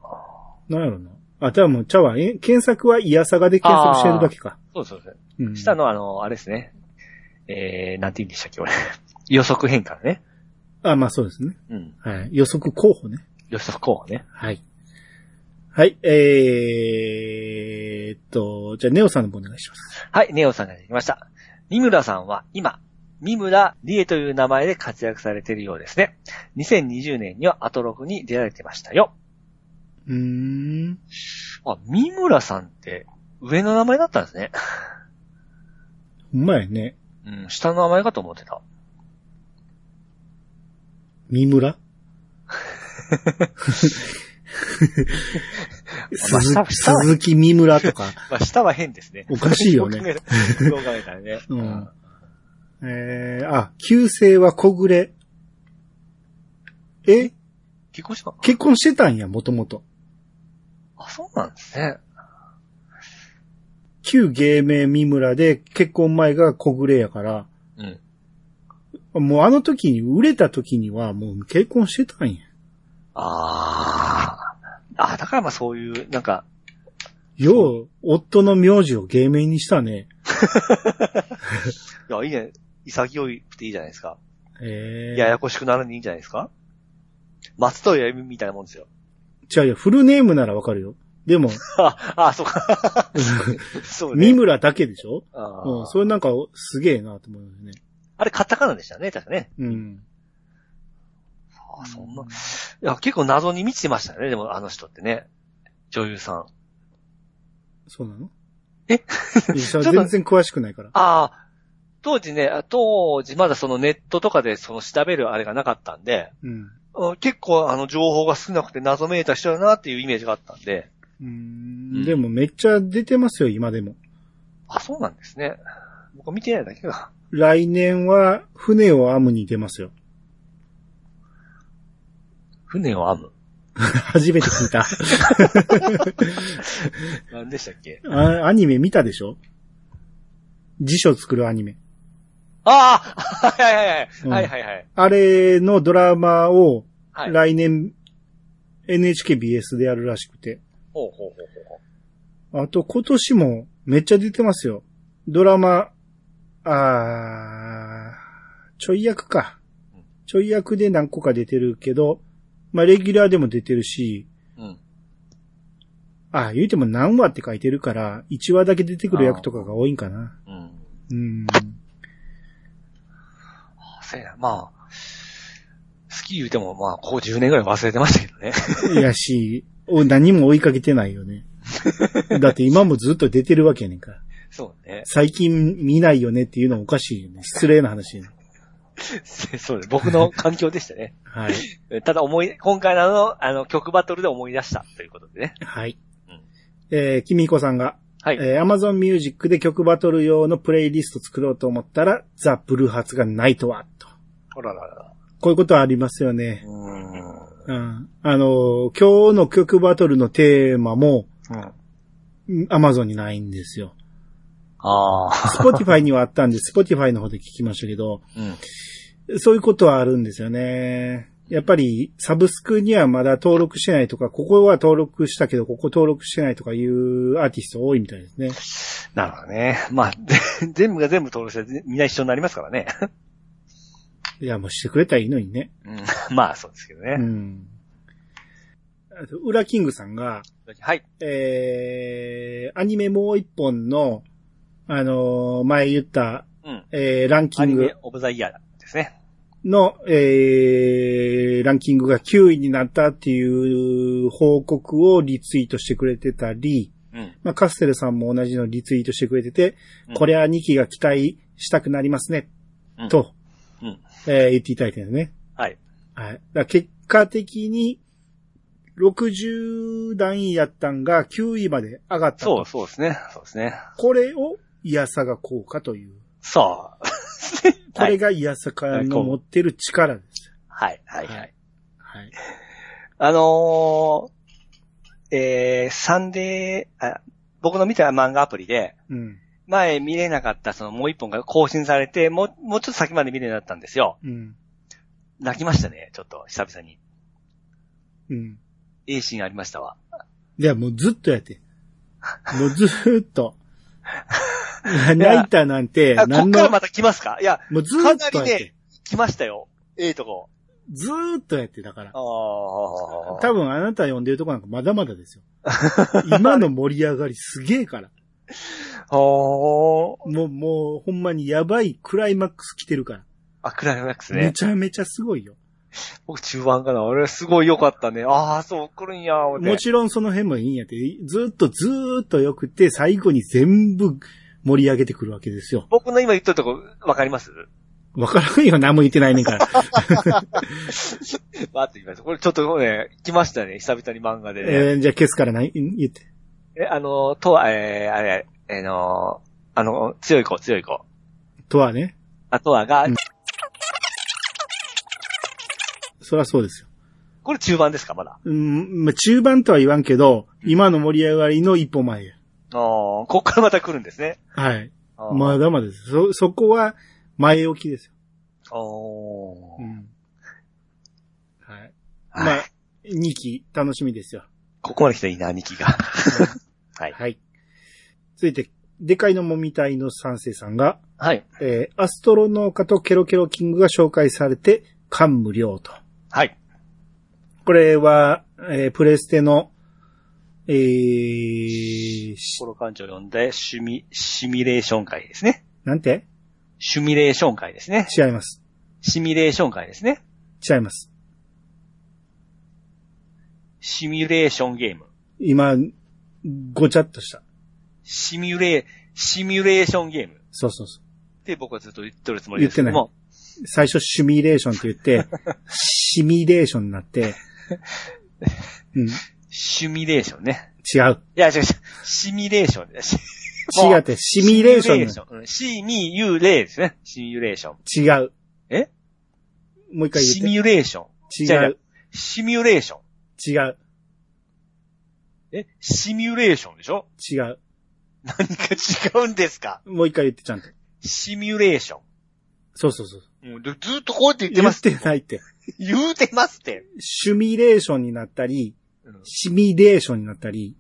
Speaker 3: なんやろな。あ、じゃあもう、ちゃうわ。え検索はイヤサガで検索してるだけか。
Speaker 4: そうそうそう。
Speaker 3: うん。
Speaker 4: 下のあの、あれですね。えー、なんて言うんでしたっけ、俺。 予測変換ね。
Speaker 3: あ、まあそうですね。
Speaker 4: うん。
Speaker 3: はい。予測候補ね。
Speaker 4: 予測候補ね。
Speaker 3: はい。はい、えーっと、じゃあ、ネオさんの方お願いします。
Speaker 4: はい、ネオさんができました。三村さんは今、三村理恵という名前で活躍されているようですね。2020年にはアトロフに出られてましたよ。
Speaker 3: うーん。
Speaker 4: あ、三村さんって上の名前だったんですね。
Speaker 3: うまいね。
Speaker 4: うん、下の名前かと思ってた。
Speaker 3: 三村鈴
Speaker 4: まあ下下は
Speaker 3: 鈴木三村とか、
Speaker 4: まあ、下は変ですね。
Speaker 3: おかしい よ
Speaker 4: ど
Speaker 3: ね。
Speaker 4: う考えたどう考えたらね。
Speaker 3: うん。えー、あ、旧姓は小暮。え、
Speaker 4: 結婚したの
Speaker 3: 結婚してたんや、もともと。
Speaker 4: あ、そうなんですね。
Speaker 3: 旧芸名三村で結婚前が小暮やから、
Speaker 4: うん。
Speaker 3: もうあの時に、売れた時にはもう結婚してたんや。
Speaker 4: ああ。あーだからまあそういう、なんか、
Speaker 3: よう、夫の名字を芸名にしたね。
Speaker 4: いや、いいね。潔くていいじゃないですか。
Speaker 3: ええ
Speaker 4: ややこしくならんでいいんじゃないですか松戸やゆみみたいなもんですよ。
Speaker 3: 違うよ、フルネームならわかるよ。でも、
Speaker 4: あ、あ、そう か。そうね。
Speaker 3: 三村だけでしょ
Speaker 4: あー
Speaker 3: うん、それなんかすげえなと思うよね。
Speaker 4: あれ、カタカナでしたね、確かね。
Speaker 3: うん。
Speaker 4: あそんな。いや、結構謎に満ちてましたね、でもあの人ってね。女優さん。
Speaker 3: そうなの
Speaker 4: え
Speaker 3: いやそれ全然詳しくないから。
Speaker 4: ああ、当時ね、当時まだそのネットとかでその調べるあれがなかったんで、
Speaker 3: うん。
Speaker 4: うん結構あの情報が少なくて謎めいた人だなっていうイメージがあったんで、
Speaker 3: う
Speaker 4: うん
Speaker 3: んでもめっちゃ出てますよ、今でも。
Speaker 4: あ、そうなんですね。僕見てないだけが。
Speaker 3: 来年は船を編むに出ますよ。
Speaker 4: 船を編む。
Speaker 3: 初めて聞いた。
Speaker 4: 何でしたっけ
Speaker 3: あアニメ見たでしょ辞書作るアニメ。
Speaker 4: ああ はいはいはい。
Speaker 3: うん
Speaker 4: はいはいはい。
Speaker 3: あれのドラマを
Speaker 4: はい。
Speaker 3: 来年 NHKBS でやるらしくて。
Speaker 4: ほうほうほうほう。
Speaker 3: あと今年もめっちゃ出てますよ。ドラマ、あー、ちょい役か
Speaker 4: うん。
Speaker 3: ちょい役で何個か出てるけど、まあレギュラーでも出てるし、
Speaker 4: うん。
Speaker 3: あ、言うても何話って書いてるから、1話だけ出てくる役とかが多いんかな。
Speaker 4: うん。
Speaker 3: うん。
Speaker 4: あそうやな。まあ、好き言うても、まあ、ここ10年ぐらい忘れてましたけどね。
Speaker 3: いやし、お何も追いかけてないよね。だって今もずっと出てるわけやねんから。
Speaker 4: そうね。
Speaker 3: 最近見ないよねっていうのはおかしいよね。失礼な話やね。
Speaker 4: そうです。僕の環境でしたね。
Speaker 3: はい。
Speaker 4: ただ思い、今回のあの、あの、曲バトルで思い出したということでね。
Speaker 3: はい
Speaker 4: うん。
Speaker 3: えー、きみひこさんが、
Speaker 4: はい。
Speaker 3: えー、Amazon Music で曲バトル用のプレイリスト作ろうと思ったら、ザ・ブルーハーツがないとは、と。
Speaker 4: ほららら。
Speaker 3: こういうことはありますよね。
Speaker 4: うー
Speaker 3: うん。あのー、今日の曲バトルのテーマも、
Speaker 4: ん。
Speaker 3: Amazon にないんですよ。
Speaker 4: ああ。
Speaker 3: Spotify にはあったんで、Spotify の方で聞きましたけど、
Speaker 4: うん。
Speaker 3: そういうことはあるんですよね。やっぱり、サブスクにはまだ登録してないとか、ここは登録したけど、ここ登録してないとかいうアーティスト多いみたいですね。
Speaker 4: なるほどね。まあ、で 全部が全部登録して、みんな一緒になりますからね。
Speaker 3: いや、もうしてくれたらいいのにね。
Speaker 4: うん。 まあ、そうですけど
Speaker 3: う
Speaker 4: ね。
Speaker 3: ん。あと、ウラキングさんが、
Speaker 4: はい。
Speaker 3: えー、アニメもう一本の、あのー前言った、
Speaker 4: うん。
Speaker 3: えー、ランキ
Speaker 4: アニ
Speaker 3: ング
Speaker 4: メ、オブザイヤーですね。
Speaker 3: の、えー、ランキングが9位になったっていう報告をリツイートしてくれてたり、
Speaker 4: うん。
Speaker 3: まあ、カステルさんも同じのリツイートしてくれてて、
Speaker 4: うん
Speaker 3: これは2期が期待したくなりますね、
Speaker 4: うん
Speaker 3: と、
Speaker 4: うん
Speaker 3: えー言っていただいてるね。
Speaker 4: はい。
Speaker 3: はい。だから結果的に、60段位やったんが9位まで上がったと。
Speaker 4: そう、そうですね。そうですね。
Speaker 3: これを、イヤサガ効果という。
Speaker 4: そう。
Speaker 3: これ
Speaker 4: が。
Speaker 3: がイヤサガの持ってる力です。
Speaker 4: はい、はい、はい。
Speaker 3: はい。
Speaker 4: あのー、えー、サンデー、あ僕の見た漫画アプリで、
Speaker 3: うん。
Speaker 4: 前見れなかったそのもう一本が更新されて、もう、もうちょっと先まで見れるようになったんですよ。
Speaker 3: うん。
Speaker 4: 泣きましたね、ちょっと、久々に。
Speaker 3: うん。
Speaker 4: いいシーンありましたわ。
Speaker 3: いや、もうずっと やって。もうずーっと。泣いたなんて、
Speaker 4: あ、こ
Speaker 3: 何
Speaker 4: っ
Speaker 3: の
Speaker 4: からまた来ますかいや、
Speaker 3: もうずー
Speaker 4: か
Speaker 3: っ
Speaker 4: な
Speaker 3: と
Speaker 4: り
Speaker 3: やって
Speaker 4: ね。、来ましたよ。ええとこ。
Speaker 3: ずーっとやって、だから
Speaker 4: あ。あ。
Speaker 3: 多分あなた呼んでるとこなんかまだま だですよ。今の盛り上がりすげえから。
Speaker 4: ほー。
Speaker 3: もう、もう、ほんまにやばいクライマックス来てるから。
Speaker 4: あ、クライマックス
Speaker 3: め
Speaker 4: ね。
Speaker 3: ちゃめちゃすごいよ。
Speaker 4: 僕中盤かな。俺すごい良かったね。ああ、そう来るんや、思って
Speaker 3: もちろんその辺もいいんやって、ずーっとずーっと良くて、最後に全部盛り上げてくるわけですよ。
Speaker 4: 僕の今言っとるとこ、わかります
Speaker 3: わからんよ、何も言ってないね んから。
Speaker 4: わーって言います。これちょっとね、来ましたね。久々に漫画でね。
Speaker 3: えーじゃあ消すからない、言って。
Speaker 4: え、あの、とは、えー、あれ、えーのー、あの、強い子、強い子。
Speaker 3: とはね。
Speaker 4: あとはが、
Speaker 3: うんそらそうですよ。
Speaker 4: これ中盤ですか、まだ。
Speaker 3: うん、まあ、中盤とは言わんけど、今の盛り上がりの一歩前や。
Speaker 4: あーこっからまた来るんですね。
Speaker 3: はい。
Speaker 4: あー
Speaker 3: まだまだです。そ、そこは前置きですよ。
Speaker 4: お
Speaker 3: う
Speaker 4: ー
Speaker 3: ん。はい。
Speaker 4: は
Speaker 3: ま
Speaker 4: い
Speaker 3: あ、2期楽しみですよ。
Speaker 4: ここまで来たらいいな、ミキ が。はい。
Speaker 3: はい。続いて、でかいのもみたいの三世さんが、
Speaker 4: はい。
Speaker 3: えーアストロ農家とケロケロキングが紹介されて、感無量と。
Speaker 4: はい。
Speaker 3: これは、えープレステの、えー、し
Speaker 4: 心感情を読んで、シュミ、シミュレーション会ですね。
Speaker 3: なんて
Speaker 4: シュミレーション会ですね。
Speaker 3: 違います。
Speaker 4: シミュレーション会ですね。
Speaker 3: 違います。
Speaker 4: シミュレーションゲーム。
Speaker 3: 今、ごちゃっとした。
Speaker 4: シミュレー、シミュレーションゲーム。っ
Speaker 3: そうそうそう。
Speaker 4: て僕はずっと言ってるつもりですけども。
Speaker 3: 最初シミュレーションって言って、シミュレーションになって、うん、違
Speaker 4: シュミレーションね。い
Speaker 3: う。
Speaker 4: や、違う違う。シミュレーションだし。
Speaker 3: 違うって、シミュレーションなの。
Speaker 4: ン。シミュレーですね。シミュレーション。
Speaker 3: 違う。
Speaker 4: え
Speaker 3: もう一回
Speaker 4: シ
Speaker 3: 言っ
Speaker 4: ミュレーション。
Speaker 3: て。
Speaker 4: じ
Speaker 3: 違
Speaker 4: ゃあ
Speaker 3: う。
Speaker 4: シミュレーション。
Speaker 3: 違う。
Speaker 4: えシミュレーションでしょ
Speaker 3: 違う。
Speaker 4: 何か違うんですか
Speaker 3: もう一回言ってちゃんと。
Speaker 4: シミュレーショ
Speaker 3: そうそうそう。
Speaker 4: ン。うんでずっとこうやって言って
Speaker 3: 言
Speaker 4: ま
Speaker 3: っ
Speaker 4: す。
Speaker 3: てないって。
Speaker 4: 言うてますって。
Speaker 3: シミュレーションになったり、
Speaker 4: うん
Speaker 3: シミュレーションになったり、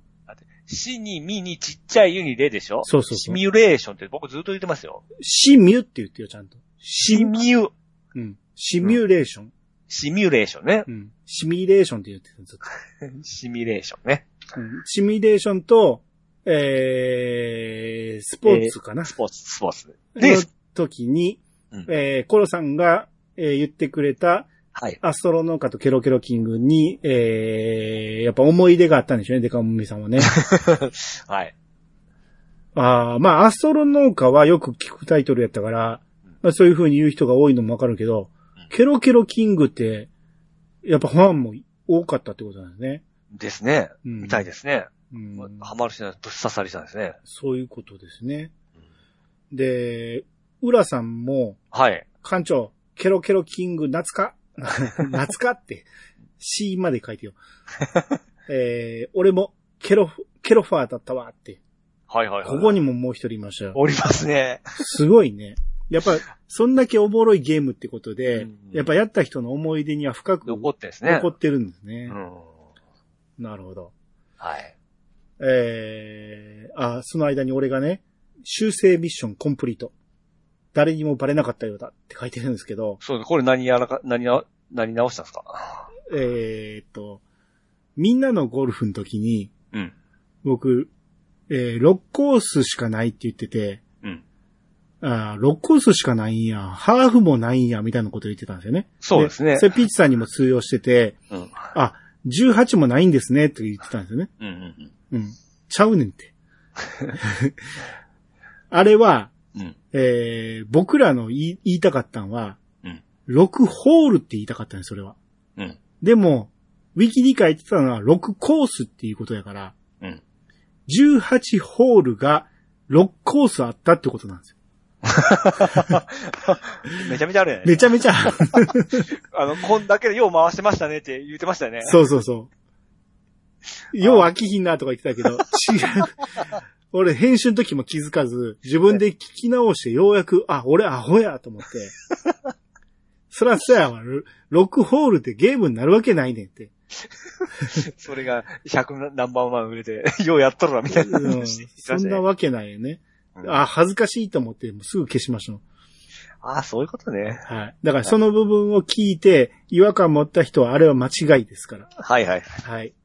Speaker 4: シに、ミに、ちっちゃいユにレでしょ
Speaker 3: そうそうそう
Speaker 4: シミュレーションって僕ずっと言ってますよ。
Speaker 3: シミュって言ってよ、ちゃんと。
Speaker 4: シ
Speaker 3: シミュ、
Speaker 4: ミュ、
Speaker 3: うん。シミュレーション。
Speaker 4: シミュレーションね。
Speaker 3: うん。シミュレーションって言ってた、ずっ
Speaker 4: シミュレーションね。
Speaker 3: と。うん。シミュレーションと、えー、スポーツかな。
Speaker 4: スポーツ、スポーツ。で
Speaker 3: の、時に、
Speaker 4: うん
Speaker 3: えー、コロさんが、えー言ってくれた
Speaker 4: はい。
Speaker 3: アストロ農家とケロケロキングに、えー、やっぱ思い出があったんでしょうね、デカモミさん はね。
Speaker 4: はい。
Speaker 3: ああ、まあ、アストロ農家はよく聞くタイトルやったから
Speaker 4: うん、
Speaker 3: まあ、そういう風に言う人が多いのもわかるけど
Speaker 4: うん、
Speaker 3: ケロケロキングって、やっぱファンも多かったってことなんですね。
Speaker 4: ですね。
Speaker 3: うん
Speaker 4: みたいですね。
Speaker 3: うん
Speaker 4: ハマる人はぶっ刺さりしたんですね。
Speaker 3: そういうことですね。で、浦さんも、
Speaker 4: はい。
Speaker 3: 館長、ケロケロキング、夏か 夏かって、C まで 書いてよ。えー、俺も、ケロ、ケロファーだったわって。
Speaker 4: はいはいはい。
Speaker 3: ここにももう一人いましたよ。
Speaker 4: おりますね。
Speaker 3: すごいね。やっぱ、そんだけおもろいゲームってことで、
Speaker 4: うん
Speaker 3: やっぱやった人の思い出には深く
Speaker 4: 残ってですね。
Speaker 3: 残ってるんですね
Speaker 4: う。ん。
Speaker 3: なるほど。
Speaker 4: はい。
Speaker 3: えー、あ、その間に俺がね、修正ミッションコンプリート。誰にもバレなかったようだって書いてるんですけど、
Speaker 4: そうです。これ何やらか、何な、何直したんですか
Speaker 3: えーっと、みんなのゴルフの時に、
Speaker 4: うん。
Speaker 3: 僕、えー、6コースしかないって言ってて、
Speaker 4: うん。
Speaker 3: あー6コースしかないんや、ハーフもないんや、みたいなこと言ってたんですよね。
Speaker 4: そうですね
Speaker 3: そ。れピッチさんにも通用してて、
Speaker 4: うん。
Speaker 3: あ、18もないんですね、って言ってたんですよね。
Speaker 4: うんうん
Speaker 3: うん。ちゃうねんって。 あれは、
Speaker 4: うん。うん。
Speaker 3: えー、僕らの言い言いたかったんは、
Speaker 4: うん
Speaker 3: 6ホールって言いたかったね、それは。
Speaker 4: うん
Speaker 3: でも、ウィキに書いてたのは6コースっていうことやから、
Speaker 4: うん
Speaker 3: 18ホールが6コースあったってことなんですよ。
Speaker 4: めちゃめちゃあるやね。
Speaker 3: めちゃめちゃ、
Speaker 4: あの、こんだけでよう回してましたねって言ってましたよね。
Speaker 3: そうそうそう。よう飽きひんなとか言ってたけど、違う。俺、編集の時も気づかず、自分で聞き直してようやく、あ、俺アホやと思って。そらそやわ、ロロックホールってゲームになるわけないねんって。
Speaker 4: それが100何番まで売れて、 ようやっとるわ、みたいな
Speaker 3: うん、
Speaker 4: 話して
Speaker 3: そ
Speaker 4: まし
Speaker 3: ん
Speaker 4: た
Speaker 3: な
Speaker 4: ね。
Speaker 3: わけないよね。
Speaker 4: うん
Speaker 3: あ、恥ずかしいと思って、もうすぐ消しましょう。
Speaker 4: ああ、そういうことね。
Speaker 3: はい。だからその部分を聞いて、違和感持った人はあれは間違いですから。
Speaker 4: はいはい。
Speaker 3: はい。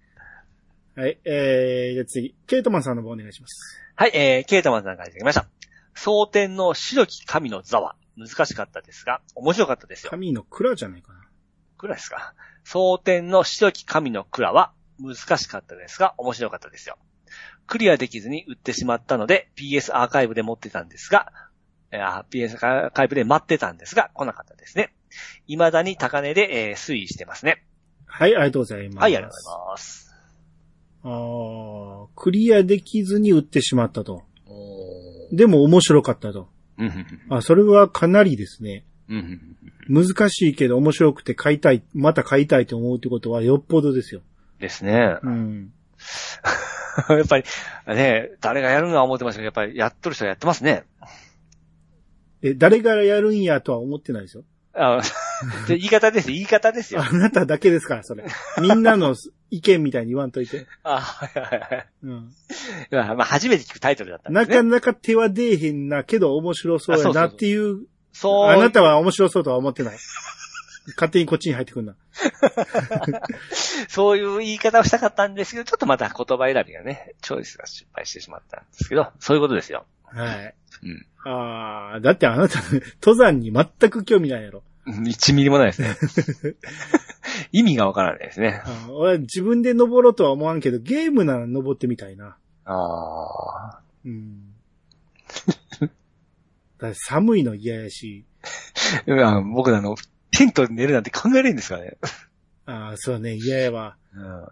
Speaker 3: はい、えー、じゃあ次、ケイトマンさんの方お願いします。
Speaker 4: はい、えー、ケイタマンさんからいただきました。蒼天の白き神の座は難しかったですが、面白かったですよ。
Speaker 3: 神の蔵じゃないかな。
Speaker 4: くらいですか。蒼天の白き神の蔵は難しかったですが、面白かったですよ。クリアできずに売ってしまったので、PS アーカイブで持ってたんですが、えーあ PS アーカイブで待ってたんですが、来なかったですね。未だに高値で、えー推移してますね。
Speaker 3: はい、ありがとうございます。
Speaker 4: はい、ありがとうございます。
Speaker 3: あークリアできずに売ってしまったと。
Speaker 4: お
Speaker 3: でも面白かったと。あ、それはかなりですね。難しいけど面白くて買いたい、また買いたいと思うってことはよっぽどですよ。
Speaker 4: ですね。
Speaker 3: うん。
Speaker 4: やっぱり、ね、誰がやるのは思ってましたけど、やっぱりやっとる人はやってますね。
Speaker 3: え、誰からやるんやとは思ってないですよ。
Speaker 4: あ で言い方です、言い方ですよ。
Speaker 3: あなただけですから、それ。みんなの意見みたいに言わんといて。
Speaker 4: あはいはいはい
Speaker 3: うん。
Speaker 4: いやまあ、初めて聞くタイトルだったんで
Speaker 3: な
Speaker 4: すね
Speaker 3: か。なか手は出えへんなけど面白そうやなっていう、
Speaker 4: そう。
Speaker 3: あなたは面白そうとは思ってない。勝手にこっちに入ってくんな。
Speaker 4: そういう言い方をしたかったんですけど、ちょっとまた言葉選びがね、チョイスが失敗してしまったんですけど、そういうことですよ。
Speaker 3: はい。
Speaker 4: うん
Speaker 3: ああ、だってあなた、 登山に全く興味ないやろ。
Speaker 4: 1ミリもないですね。 意味がわからないですね。
Speaker 3: あー俺は自分で登ろうとは思わんけど、ゲームなら登ってみたいな。
Speaker 4: ああ。
Speaker 3: うん。だって寒いの嫌やし、
Speaker 4: いや僕あの、テントで寝るなんて考えれるんですかね。
Speaker 3: ああ、そうね、嫌やわ。
Speaker 4: うん。
Speaker 3: あ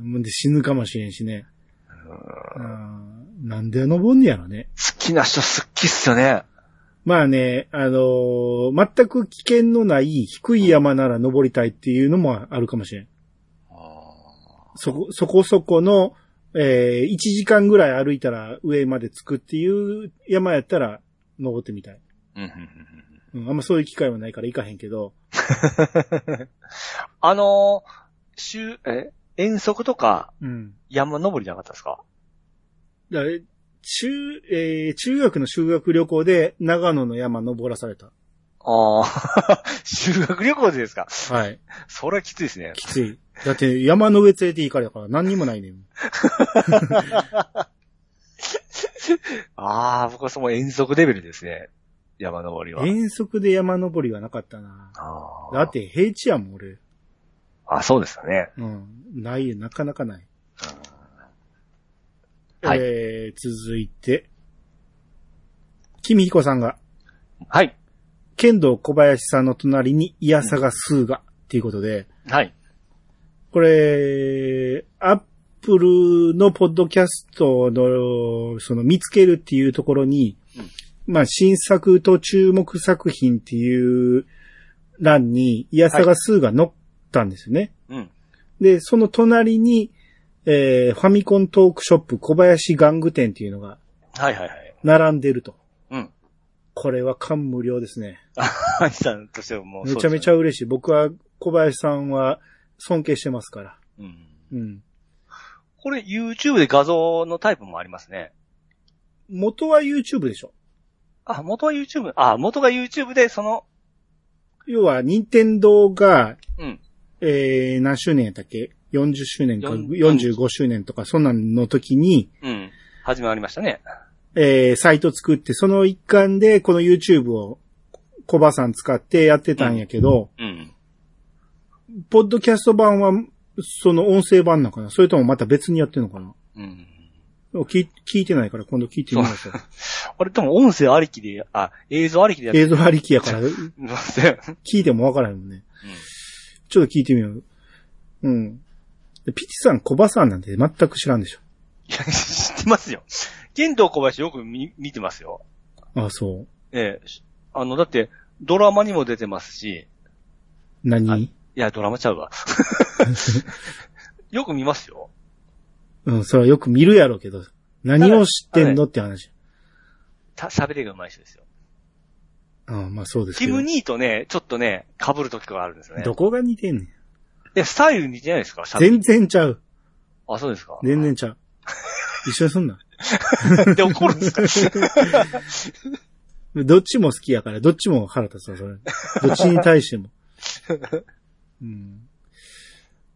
Speaker 3: ーもうで死ぬかもしれんしね。あーなんで登んねやろね。
Speaker 4: 好きな人好きっすよね。
Speaker 3: まあね、あのー全く危険のない低い山なら登りたいっていうのもあるかもしれん。そこ、そこそこの、えー、1時間ぐらい歩いたら上まで着くっていう山やったら登ってみたい。うん、あんまそういう機会はないから行かへんけど、
Speaker 4: あのー、週、え、遠足とか
Speaker 3: うん。
Speaker 4: 山登りじゃなかったですか
Speaker 3: だから中、えー中学の修学旅行で長野の山登らされた。
Speaker 4: ああ、 修学旅行でですか
Speaker 3: はい。
Speaker 4: それはきついですね。
Speaker 3: きつい。だって山の上連れて行かれたから何にもないねん。
Speaker 4: ああ、僕はその遠足レベルですね。山登りは。
Speaker 3: 遠足で山登りはなかったな。
Speaker 4: あー
Speaker 3: だって平地やもん、俺。
Speaker 4: あ、そうですよね。
Speaker 3: うん。ないよ、なかなかない。
Speaker 4: はい
Speaker 3: えー、続いて、君彦さんが、
Speaker 4: はい。
Speaker 3: 剣道小林さんの隣にイヤサガスーガっていうことで、
Speaker 4: はい。
Speaker 3: これ、アップルのポッドキャストの、その見つけるっていうところに、まあ新作と注目作品っていう欄にイヤサガスーガ載ったんですよね。
Speaker 4: うん。
Speaker 3: で、その隣に、えーファミコントークショップ小林玩具店っていうのが
Speaker 4: はいはい はい。
Speaker 3: 並んでると。
Speaker 4: うん。
Speaker 3: これは感無量ですね。
Speaker 4: ハニさんとしてももう
Speaker 3: めちゃめち
Speaker 4: ゃ。
Speaker 3: ゃ嬉しい。僕は小林さんは尊敬してますから。
Speaker 4: うん。
Speaker 3: うん。
Speaker 4: これ YouTube で画像のタイプもありますね。
Speaker 3: 元は YouTube でしょ。
Speaker 4: あ、元は YouTube、あ、元が YouTube でその、
Speaker 3: 要は、任天堂が、
Speaker 4: うん。
Speaker 3: えー、何周年やったっけ ?40 周年か
Speaker 4: 40
Speaker 3: 45周年とか、そんなんの時に、
Speaker 4: うん。始まりましたね。
Speaker 3: えーサイト作って、その一環で、この YouTube を、コバさん使ってやってたんやけど、
Speaker 4: うん。
Speaker 3: ポッドキャスト版は、その音声版なのかなそれともまた別にやってるのかな
Speaker 4: うん。
Speaker 3: 聞聞いてないから今度聞いてみましょう。
Speaker 4: あれ、でも音声ありきで、あ、映像ありきでやって
Speaker 3: 映像ありきやから、
Speaker 4: ません。
Speaker 3: 聞いてもわからんもんね。ちょっと聞いてみよう。うん。でピチさん、コバさんなんて全く知らんでしょ。
Speaker 4: いや、知ってますよ。剣道小林よく見見てますよ。
Speaker 3: ああ、そう。
Speaker 4: ええしあの、だって、ドラマにも出てますし、あ
Speaker 3: 何
Speaker 4: いや、ドラマち ゃうわ。よく見ますよ。
Speaker 3: うん、それはよく見るやろうけど、何を知ってん
Speaker 4: た
Speaker 3: のって話。
Speaker 4: た喋りが上手い人ですよ。
Speaker 3: うん、まあそうですけ
Speaker 4: キ
Speaker 3: ど。
Speaker 4: ム・ニーとね、ちょっとね、被る時があるんですよね。
Speaker 3: どこが似てんねん。
Speaker 4: え、スタイル似てないですか喋り
Speaker 3: 全然ちゃう。
Speaker 4: あ、そうですか
Speaker 3: 全然ちゃう。一緒にすんな。
Speaker 4: で怒るんですか
Speaker 3: どっちも好きやから、どっちも腹立つわ、それ。どっちに対して も。うん。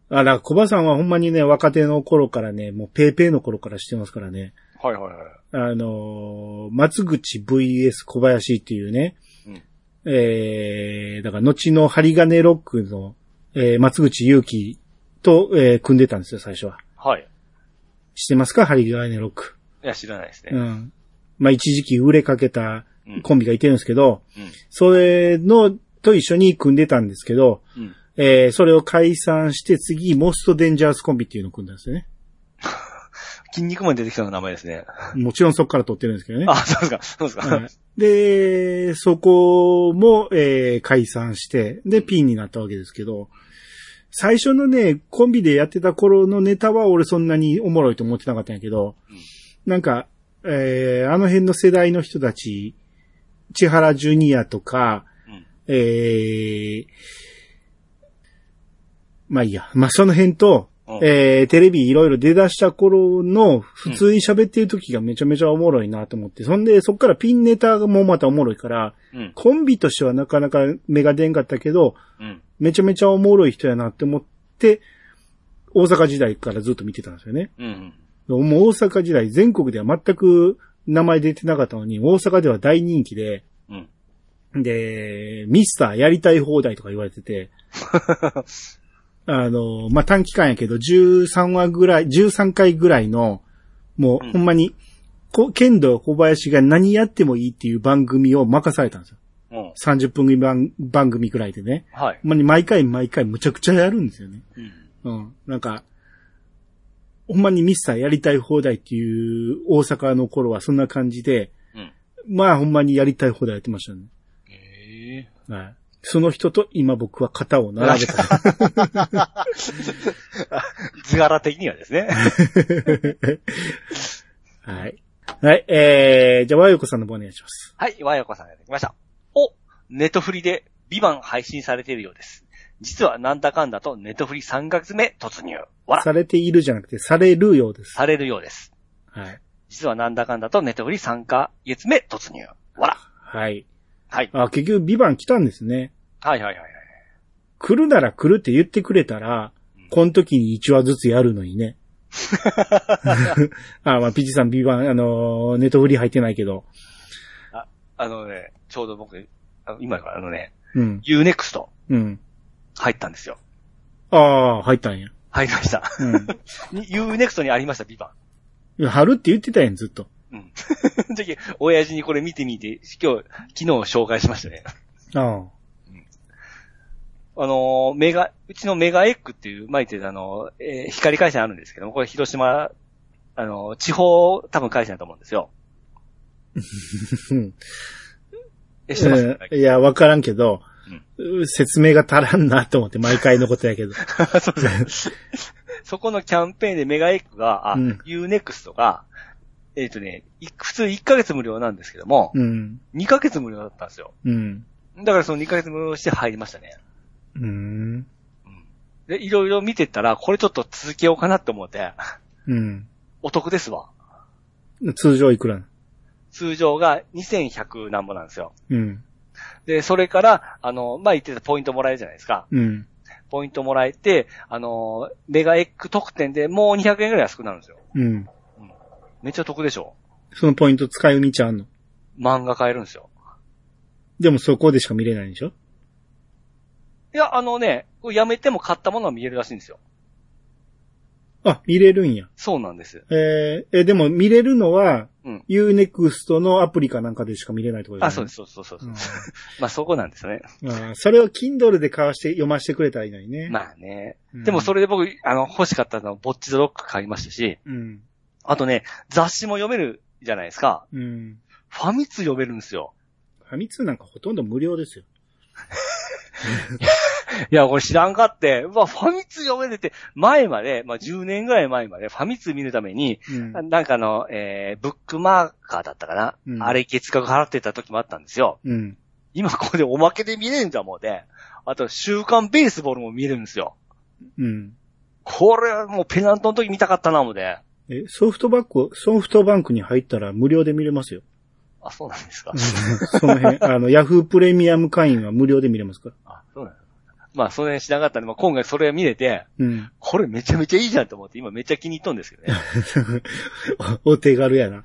Speaker 3: あら、コバさんはほんまにね、若手の頃からね、もうペーペーの頃からしてますからね。
Speaker 4: はいはいはい。
Speaker 3: あのー松口 VS 小林っていうね、
Speaker 4: うん
Speaker 3: えー、だから後の針金ロックの、えー松口祐樹と、えー組んでたんですよ、最初は。
Speaker 4: はい。
Speaker 3: 知ってますか針金ロック。
Speaker 4: いや、知らないです
Speaker 3: う
Speaker 4: ね。
Speaker 3: ん。まあ、一時期売れかけた
Speaker 4: うん
Speaker 3: コンビがいてるんですけど、
Speaker 4: うん
Speaker 3: それの、と一緒に組んでたんですけど、
Speaker 4: うん
Speaker 3: えーそれを解散して次、モストデンジャースコンビっていうのを組んだんですよね。
Speaker 4: 筋肉マンに出てきたの名前ですね。
Speaker 3: もちろんそこから取ってるんですけどね。
Speaker 4: あ、そうですか。そうですか。
Speaker 3: はいで、そこも、えー解散して、で、ピンになったわけですけど、最初のね、コンビでやってた頃のネタは俺そんなにおもろいと思ってなかったんやけど、なんか、えーあの辺の世代の人たち、千原ジュニアとか、
Speaker 4: うん
Speaker 3: えーまあいいや、まあその辺と、
Speaker 4: うん
Speaker 3: えーテレビいろいろ出だした頃の普通に喋ってる時がめちゃめちゃおもろいなと思って、そんでそっからピンネタもまたおもろいから、
Speaker 4: うん。
Speaker 3: コンビとしてはなかなか目が出んかったけど、
Speaker 4: うん。
Speaker 3: めちゃめちゃおもろい人やなって思って、大阪時代からずっと見てたんですよね。
Speaker 4: うん。
Speaker 3: もう大阪時代全国では全く名前出てなかったのに、大阪では大人気で、
Speaker 4: うん。
Speaker 3: で、ミスターやりたい放題とか言われ てて、あの、まあ、短期間やけど、13話ぐらい、13回ぐらいの、も
Speaker 4: うん
Speaker 3: う、ほんまに、こ剣道小林が何やってもいいっていう番組を任されたんですよ。
Speaker 4: うん。
Speaker 3: 30分組番番組ぐらいでね。
Speaker 4: はい。
Speaker 3: ほんまに毎回毎回むちゃくちゃやるんですよね。
Speaker 4: うん。
Speaker 3: うん。なんか、ほんまにミスターやりたい放題っていう大阪の頃はそんな感じで、
Speaker 4: うん
Speaker 3: まあほんまにやりたい放題やってましたね。
Speaker 4: ええ
Speaker 3: はい。その人と今僕は肩を並 べた。
Speaker 4: 図柄的にはですね。
Speaker 3: はい。はい、えー、じゃあ、和洋子さんの方お願いします。
Speaker 4: はい、和洋子さんがやってきました。お、ネットフリで、ビバン配信されているようです。実はなんだかんだとネットフリ3ヶ月目突入。わら、
Speaker 3: されているじゃなくて、されるようです。
Speaker 4: されるようです。
Speaker 3: はい。
Speaker 4: 実はなんだかんだとネットフリ3ヶ月目突入。わら。
Speaker 3: はい。
Speaker 4: はい。
Speaker 3: あ、結局、ビバン来たんですね。
Speaker 4: はいはいはいはい。
Speaker 3: 来るなら来るって言ってくれたら、この時に1話ずつやるの にね。 あ、まあ、ピチさん、ビバン、あのーネットフリ入ってないけど。
Speaker 4: あのね、ちょうど僕、あの今からあのね、
Speaker 3: うん、
Speaker 4: Unext
Speaker 3: うん。
Speaker 4: 入ったんですよ。
Speaker 3: ああ、入ったんや。
Speaker 4: 入りました。
Speaker 3: うん。
Speaker 4: に Unext にありました、ビバ
Speaker 3: いや春って言ってたやん、ずっと。
Speaker 4: ン。うん。その時、親父にこれ見てみて、今日、昨日紹介しましたね。
Speaker 3: あ
Speaker 4: あのー、メガ、うちのメガエッグっていう、前言ってたあのー、えー光回線あるんですけども、これ広島、あのー、地方、多分回線だと思うんですよ。
Speaker 3: あ。
Speaker 4: え、してます、
Speaker 3: うんいや、わからんけど、説明が足らんなと思って、毎回のことやけど。
Speaker 4: そうです。そこのキャンペーンでメガエッグが、あ、
Speaker 3: うん
Speaker 4: Unext が、えっ、とね、い普通1ヶ月無料なんですけども、
Speaker 3: うん。
Speaker 4: 2ヶ月無料だったんですよ。
Speaker 3: うん。
Speaker 4: だからその2ヶ月無料して入りましたね。
Speaker 3: うん。
Speaker 4: で、いろいろ見てたら、これちょっと続けようかなと思って、
Speaker 3: うん。
Speaker 4: お得ですわ。
Speaker 3: 通常いくらな
Speaker 4: 通常が2100何ぼなんですよ。
Speaker 3: うん。
Speaker 4: で、それから、あの、まあ、言ってたポイントもらえるじゃないですか。
Speaker 3: うん。
Speaker 4: ポイントもらえて、あの、メガエッグ特典でもう200円ぐらい安くなるんですよ。
Speaker 3: うん。
Speaker 4: めっちゃ得でしょ
Speaker 3: そのポイント使い道あんの。
Speaker 4: 漫画買えるんですよ。
Speaker 3: でもそこでしか見れないんでしょ
Speaker 4: いや、あのね、これやめても買ったものは見えるらしいんですよ。
Speaker 3: あ、見れるんや。
Speaker 4: そうなんです。
Speaker 3: えーえ、でも見れるのは、
Speaker 4: うん
Speaker 3: Unext のアプリかなんかでしか見れないってこと。
Speaker 4: あ、そうですす、そうそうそうそうう。
Speaker 3: ん
Speaker 4: まあそこなんですよね。
Speaker 3: あーそれを Kindle で買わして、読ませてくれたらいいのにね。
Speaker 4: まあね。
Speaker 3: うん
Speaker 4: でもそれで僕、あの、欲しかったのは、ぼっちドロック買いましたし、
Speaker 3: うん。
Speaker 4: あとね、雑誌も読めるじゃないですか。
Speaker 3: うん。
Speaker 4: ファミ通読めるんですよ。
Speaker 3: ファミ通なんかほとんど無料ですよ。
Speaker 4: いや、これ知らんかって、うわ、ファミ通読めるって、前まで、まあ10年ぐらい前まで、ファミ通見るために、
Speaker 3: うん。
Speaker 4: なんかあの、えー、ブックマーカーだったかな。
Speaker 3: うん
Speaker 4: あれ月額払ってた時もあったんですよ。
Speaker 3: うん。
Speaker 4: 今ここでおまけで見れるんだもんね。あと、週刊ベースボールも見れるんですよ。
Speaker 3: うん。
Speaker 4: これはもうペナントの時見たかったな、もんね。
Speaker 3: え、ソフトバンク、ソフトバンクに入ったら無料で見れますよ。
Speaker 4: あ、そうなんですか。
Speaker 3: その辺、あの、ヤフープレミアム会員は無料で見れますから。
Speaker 4: あ、そうなんだまあ、その辺しなかったんで、まあ、今回それ見れて、
Speaker 3: うん。
Speaker 4: これめちゃめちゃいいじゃんと思って、今めっちゃ気に入っとんですけどね。
Speaker 3: おお手軽やな。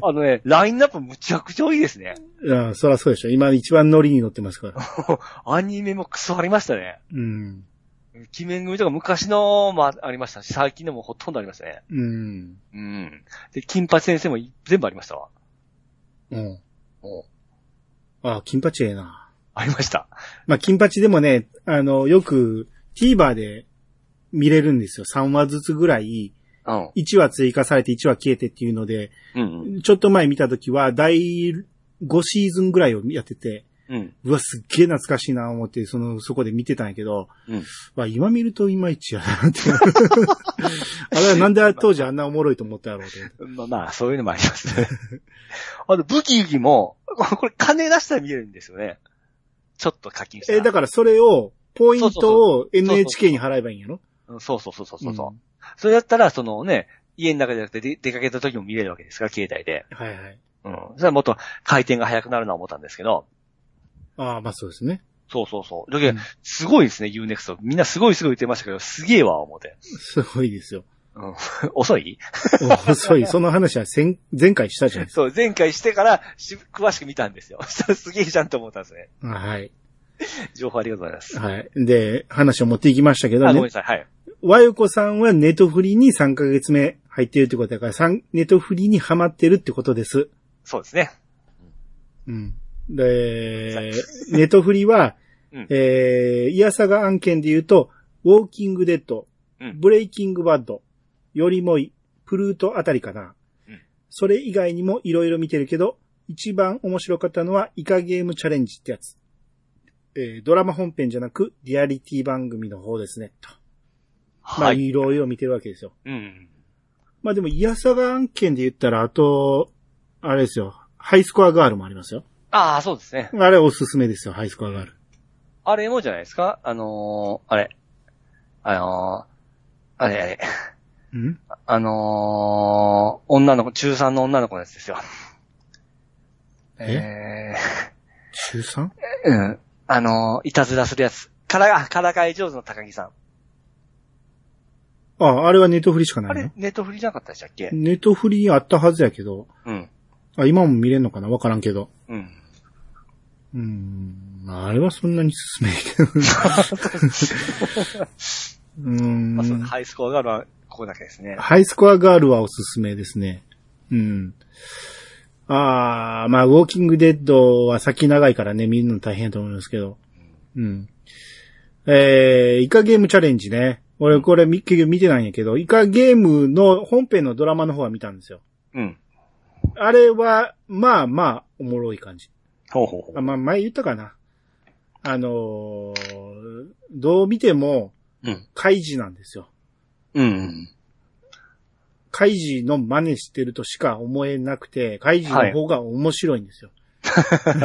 Speaker 4: あのね、ラインナップむちゃくちゃいいですね。
Speaker 3: ああそらそうでしょ。今一番ノリに乗ってますから。
Speaker 4: アニメもクソありましたね。
Speaker 3: うん。
Speaker 4: 鬼面組とか昔のもありましたし、最近でもほとんどありましたね。
Speaker 3: うん。
Speaker 4: うん。で、金八先生も全部ありましたわ。
Speaker 3: うん。
Speaker 4: お
Speaker 3: ああ、金八ええな。
Speaker 4: ありました。
Speaker 3: まあ、金八でもね、あの、よく TVer で見れるんですよ。3話ずつぐらい、
Speaker 4: うん。
Speaker 3: 1話追加されて1話消えてっていうので、
Speaker 4: うん。
Speaker 3: ちょっと前見た時は第5シーズンぐらいをやってて、
Speaker 4: うん。
Speaker 3: うわ、すっげえ懐かしいな思って、その、そこで見てたんやけど、
Speaker 4: うん
Speaker 3: まあ今見るといまいちやな って。あれはなんで当時あんなおもろいと思ったやろうと思って。
Speaker 4: まあまあ、そういうのもありますね。 あと、武器武器も、 これ金出したら見えるんですよね。ちょっと課 金したら。
Speaker 3: え、だからそれを、ポイン
Speaker 4: そうそう
Speaker 3: トを NHK に払えばいいんやろ
Speaker 4: うんそうそうそうそうそう。
Speaker 3: ん
Speaker 4: それだったら、そのね、家の中じゃなくて出出かけた時も見れるわけですから、携帯で。
Speaker 3: はいはい。
Speaker 4: うん。それはもっと回転が速くなるな思ったんですけど。
Speaker 3: ああ、まあそうですね。
Speaker 4: そうそうそう。だけ
Speaker 3: うん
Speaker 4: ど、すごいですね、UNEXT。みんなすごいすごい言ってましたけど、すげえわ、思って。
Speaker 3: すごいですよ。
Speaker 4: うん。遅い
Speaker 3: 遅い。その話は先前回したじゃないです
Speaker 4: そう、前回してからし、詳しく見たんですよ。 したらすげえじゃんと思ったんですね。
Speaker 3: か。はい。
Speaker 4: 情報ありがとうございます。
Speaker 3: はい。で、話を持っていきましたけど
Speaker 4: あ、ごめん
Speaker 3: ね
Speaker 4: な。さい。はい。
Speaker 3: 和よこさんはネトフリに3ヶ月目入ってるってことだから、さんネトフリにハマってるってことです。
Speaker 4: そうですね。
Speaker 3: うん。で、ネトフリは、
Speaker 4: うん
Speaker 3: えー、イヤサガ案件で言うと、ウォーキングデッド、
Speaker 4: うん
Speaker 3: ブレイキングバッド、よりもい、プルートあたりかな。
Speaker 4: うん
Speaker 3: それ以外にもいろいろ見てるけど、一番面白かったのはイカゲームチャレンジってやつ。えー、ドラマ本編じゃなく、リアリティ番組の方ですね。と
Speaker 4: は
Speaker 3: まあ、
Speaker 4: い。
Speaker 3: いろいろ見てるわけですよ。
Speaker 4: うん。
Speaker 3: まあでも、イヤサガ案件で言ったら、あと、あれですよ、ハイスコアガールもありますよ。
Speaker 4: ああ、そうですね。
Speaker 3: あれおすすめですよ、ハイスコアガール。
Speaker 4: あれもじゃないですかあのー、あれ。あのー、あれあれ。
Speaker 3: うん
Speaker 4: あのー、女の子、中3の女の子のやつですよ。え
Speaker 3: 中 3?
Speaker 4: ー、 うん。あのー、いたずらするやつ。から、あからかい上手の高木さん。
Speaker 3: あ、あれはネットフリしかな
Speaker 4: あ
Speaker 3: い
Speaker 4: れ
Speaker 3: の、
Speaker 4: ネットフリじゃなかったでしたっけ
Speaker 3: ネットフリあったはずやけど、
Speaker 4: うん。
Speaker 3: あ、今も見れんのかなわからんけど。
Speaker 4: うん。
Speaker 3: うーん、あれはそんなに進めへんけど。 うー、
Speaker 4: まあ、そうんハイスコアがあるのは、ここだけですね。
Speaker 3: ハイスコアガールはおすすめですね。うん。ああ、まあ、ウォーキングデッドは先長いからね、見るの大変だと思いますけど。うん。えー、イカゲームチャレンジね。俺これみ結局見てないんやけど、イカゲームの本編のドラマの方は見たんですよ。
Speaker 4: うん。
Speaker 3: あれは、まあまあ、おもろい感じ。
Speaker 4: ほうほうほ
Speaker 3: あまあ、前言ったかな。あのーどう見ても、
Speaker 4: う。うん。
Speaker 3: カイジなんですよ。
Speaker 4: うん。
Speaker 3: カイジの真似してるとしか思えなくて、カイジの方が面白いんですよ。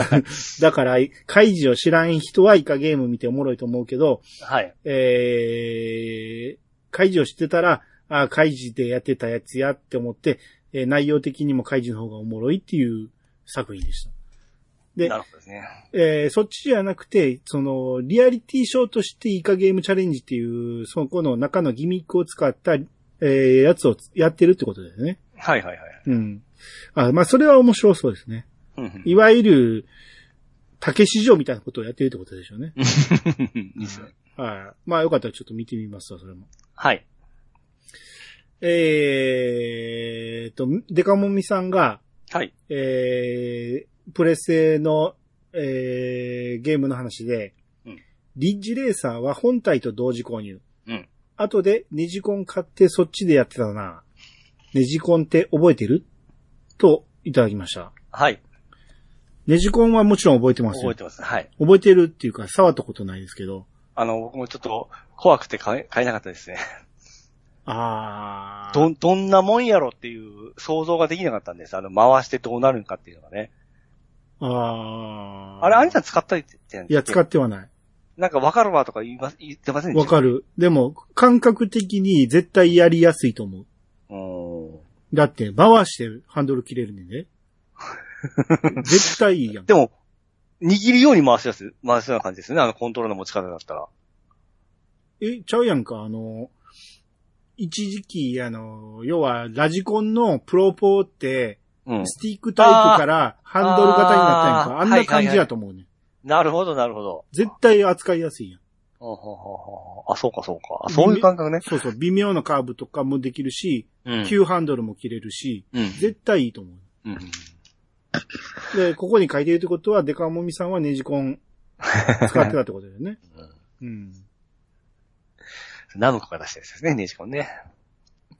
Speaker 3: だから、カイジを知らん人はイカゲーム見ておもろいと思うけど、
Speaker 4: はい。
Speaker 3: えー、カイジを知ってたら、あーカイジでやってたやつやって思って、えー内容的にもカイジの方がおもろいっていう作品でした。で
Speaker 4: な、るほどですね。
Speaker 3: えーそっちじゃなくて、その、リアリティショーとしてイカゲームチャレンジっていう、そこの中のギミックを使った、えーやつをやってるってことですね。
Speaker 4: はいはいはい。
Speaker 3: うん。あ、まあ、それは面白そうですね。
Speaker 4: うん
Speaker 3: いわゆる、竹市場みたいなことをやってるってことでしょうね。
Speaker 4: いいっすね
Speaker 3: はい。まあ、よかったらちょっと見てみますわ、それも。
Speaker 4: はい。
Speaker 3: えーっと、デカモミさんが、
Speaker 4: はい。
Speaker 3: えー、プレステの、えー、ゲームの話で、
Speaker 4: うん
Speaker 3: リッジレーサーは本体と同時購入。
Speaker 4: うん
Speaker 3: 後でネジコン買ってそっちでやってたな。ネジコンって覚えてると、いただきました。
Speaker 4: はい。
Speaker 3: ネジコンはもちろん覚えてます
Speaker 4: 覚
Speaker 3: よ
Speaker 4: えてます。はい。
Speaker 3: 覚えてるっていうか、触ったことないですけど。
Speaker 4: あの、僕もちょっと怖くて買え買えなかったですね。
Speaker 3: あー。
Speaker 4: ど、どんなもんやろっていう想像ができなかったんです。あの、回してどうなるんかっていうのがね。
Speaker 3: あー。
Speaker 4: あれ、アニさん使ったりって言って
Speaker 3: いや、使
Speaker 4: っ
Speaker 3: ってはない。
Speaker 4: なんかわかるわとか言いま、言ってませんでし
Speaker 3: わ
Speaker 4: た
Speaker 3: かる。でも、感覚的に絶対やりやすいと思う。
Speaker 4: うーん。
Speaker 3: だって、回してハンドル切れるねんで。絶対いいやん。
Speaker 4: でも、握るように回しやす、回すような感じですよね。あの、コントロールの持ち方だったら。
Speaker 3: え、ちゃうやんか、あの、一時期、あの、要は、ラジコンのプロポーって、
Speaker 4: うん。
Speaker 3: スティックタイプからハンドル型になったやんか。
Speaker 4: あー
Speaker 3: あんな感じやと思うねん。
Speaker 4: なるほど、なるほど。
Speaker 3: 絶対扱いやすいやん。
Speaker 4: ほうほうほうほうあ、そうか、そうか。あそういう感覚ね。
Speaker 3: そうそう、微妙なカーブとかもできるし、
Speaker 4: うん
Speaker 3: 急ハンドルも切れるし、
Speaker 4: うん。
Speaker 3: 絶対いいと思
Speaker 4: う
Speaker 3: う。
Speaker 4: ん。
Speaker 3: で、ここに書いてるってことは、デカモミさんはネジ コン使ってたってことだよね。うん。
Speaker 4: ナムコが出したやつですね、ネジコンね。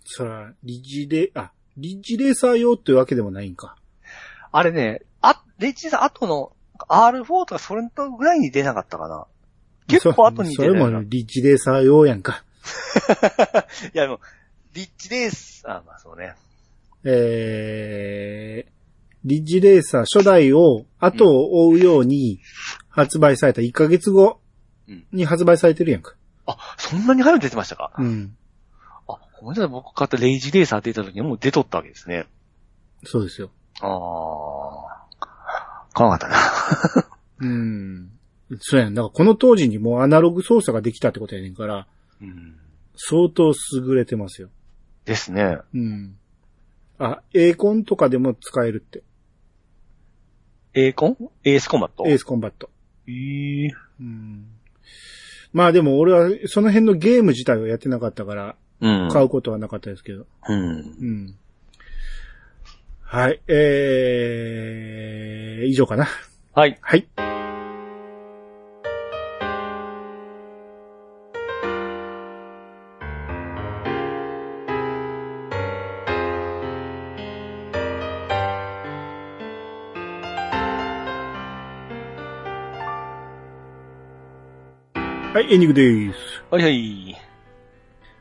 Speaker 3: そら、リッジレ、あ、リッジレーサー用というわけでもないんか。
Speaker 4: あれね、あ、レイチさん後の R4 とかそれとぐらいに出なかったかな。結構後に
Speaker 3: そ
Speaker 4: 出
Speaker 3: れ
Speaker 4: なか
Speaker 3: も
Speaker 4: った。い
Speaker 3: リッジレーサー用やんか。
Speaker 4: や、でも、リッチレース、あ、まあそうね。
Speaker 3: えー、リッジレーサー初代を後を追うように発売された1ヶ月後に発売されてるやんか。
Speaker 4: あ、そんなに早く出てましたか、
Speaker 3: うん。
Speaker 4: あ、ごめんなさい、僕買ったレイジレーサー出た時にはもう出とったわけですね。
Speaker 3: そうですよ。
Speaker 4: あー。買わなかったな。
Speaker 3: うん。そうやん。だからこの当時にもうアナログ操作ができたってことやねんから、
Speaker 4: うん。
Speaker 3: 相当優れてますよ。
Speaker 4: ですね。
Speaker 3: うん。あ、エーコンとかでも使えるって。
Speaker 4: エーコンエースコンバット
Speaker 3: エースコンバット。
Speaker 4: えー
Speaker 3: うんまあでも俺はその辺のゲーム自体はやってなかったから、
Speaker 4: うん。
Speaker 3: 買うことはなかったですけど。
Speaker 4: うん。
Speaker 3: うん。はい、えー、以上かな。
Speaker 4: はい。
Speaker 3: はい。はい、エンディングです。
Speaker 4: はいはい。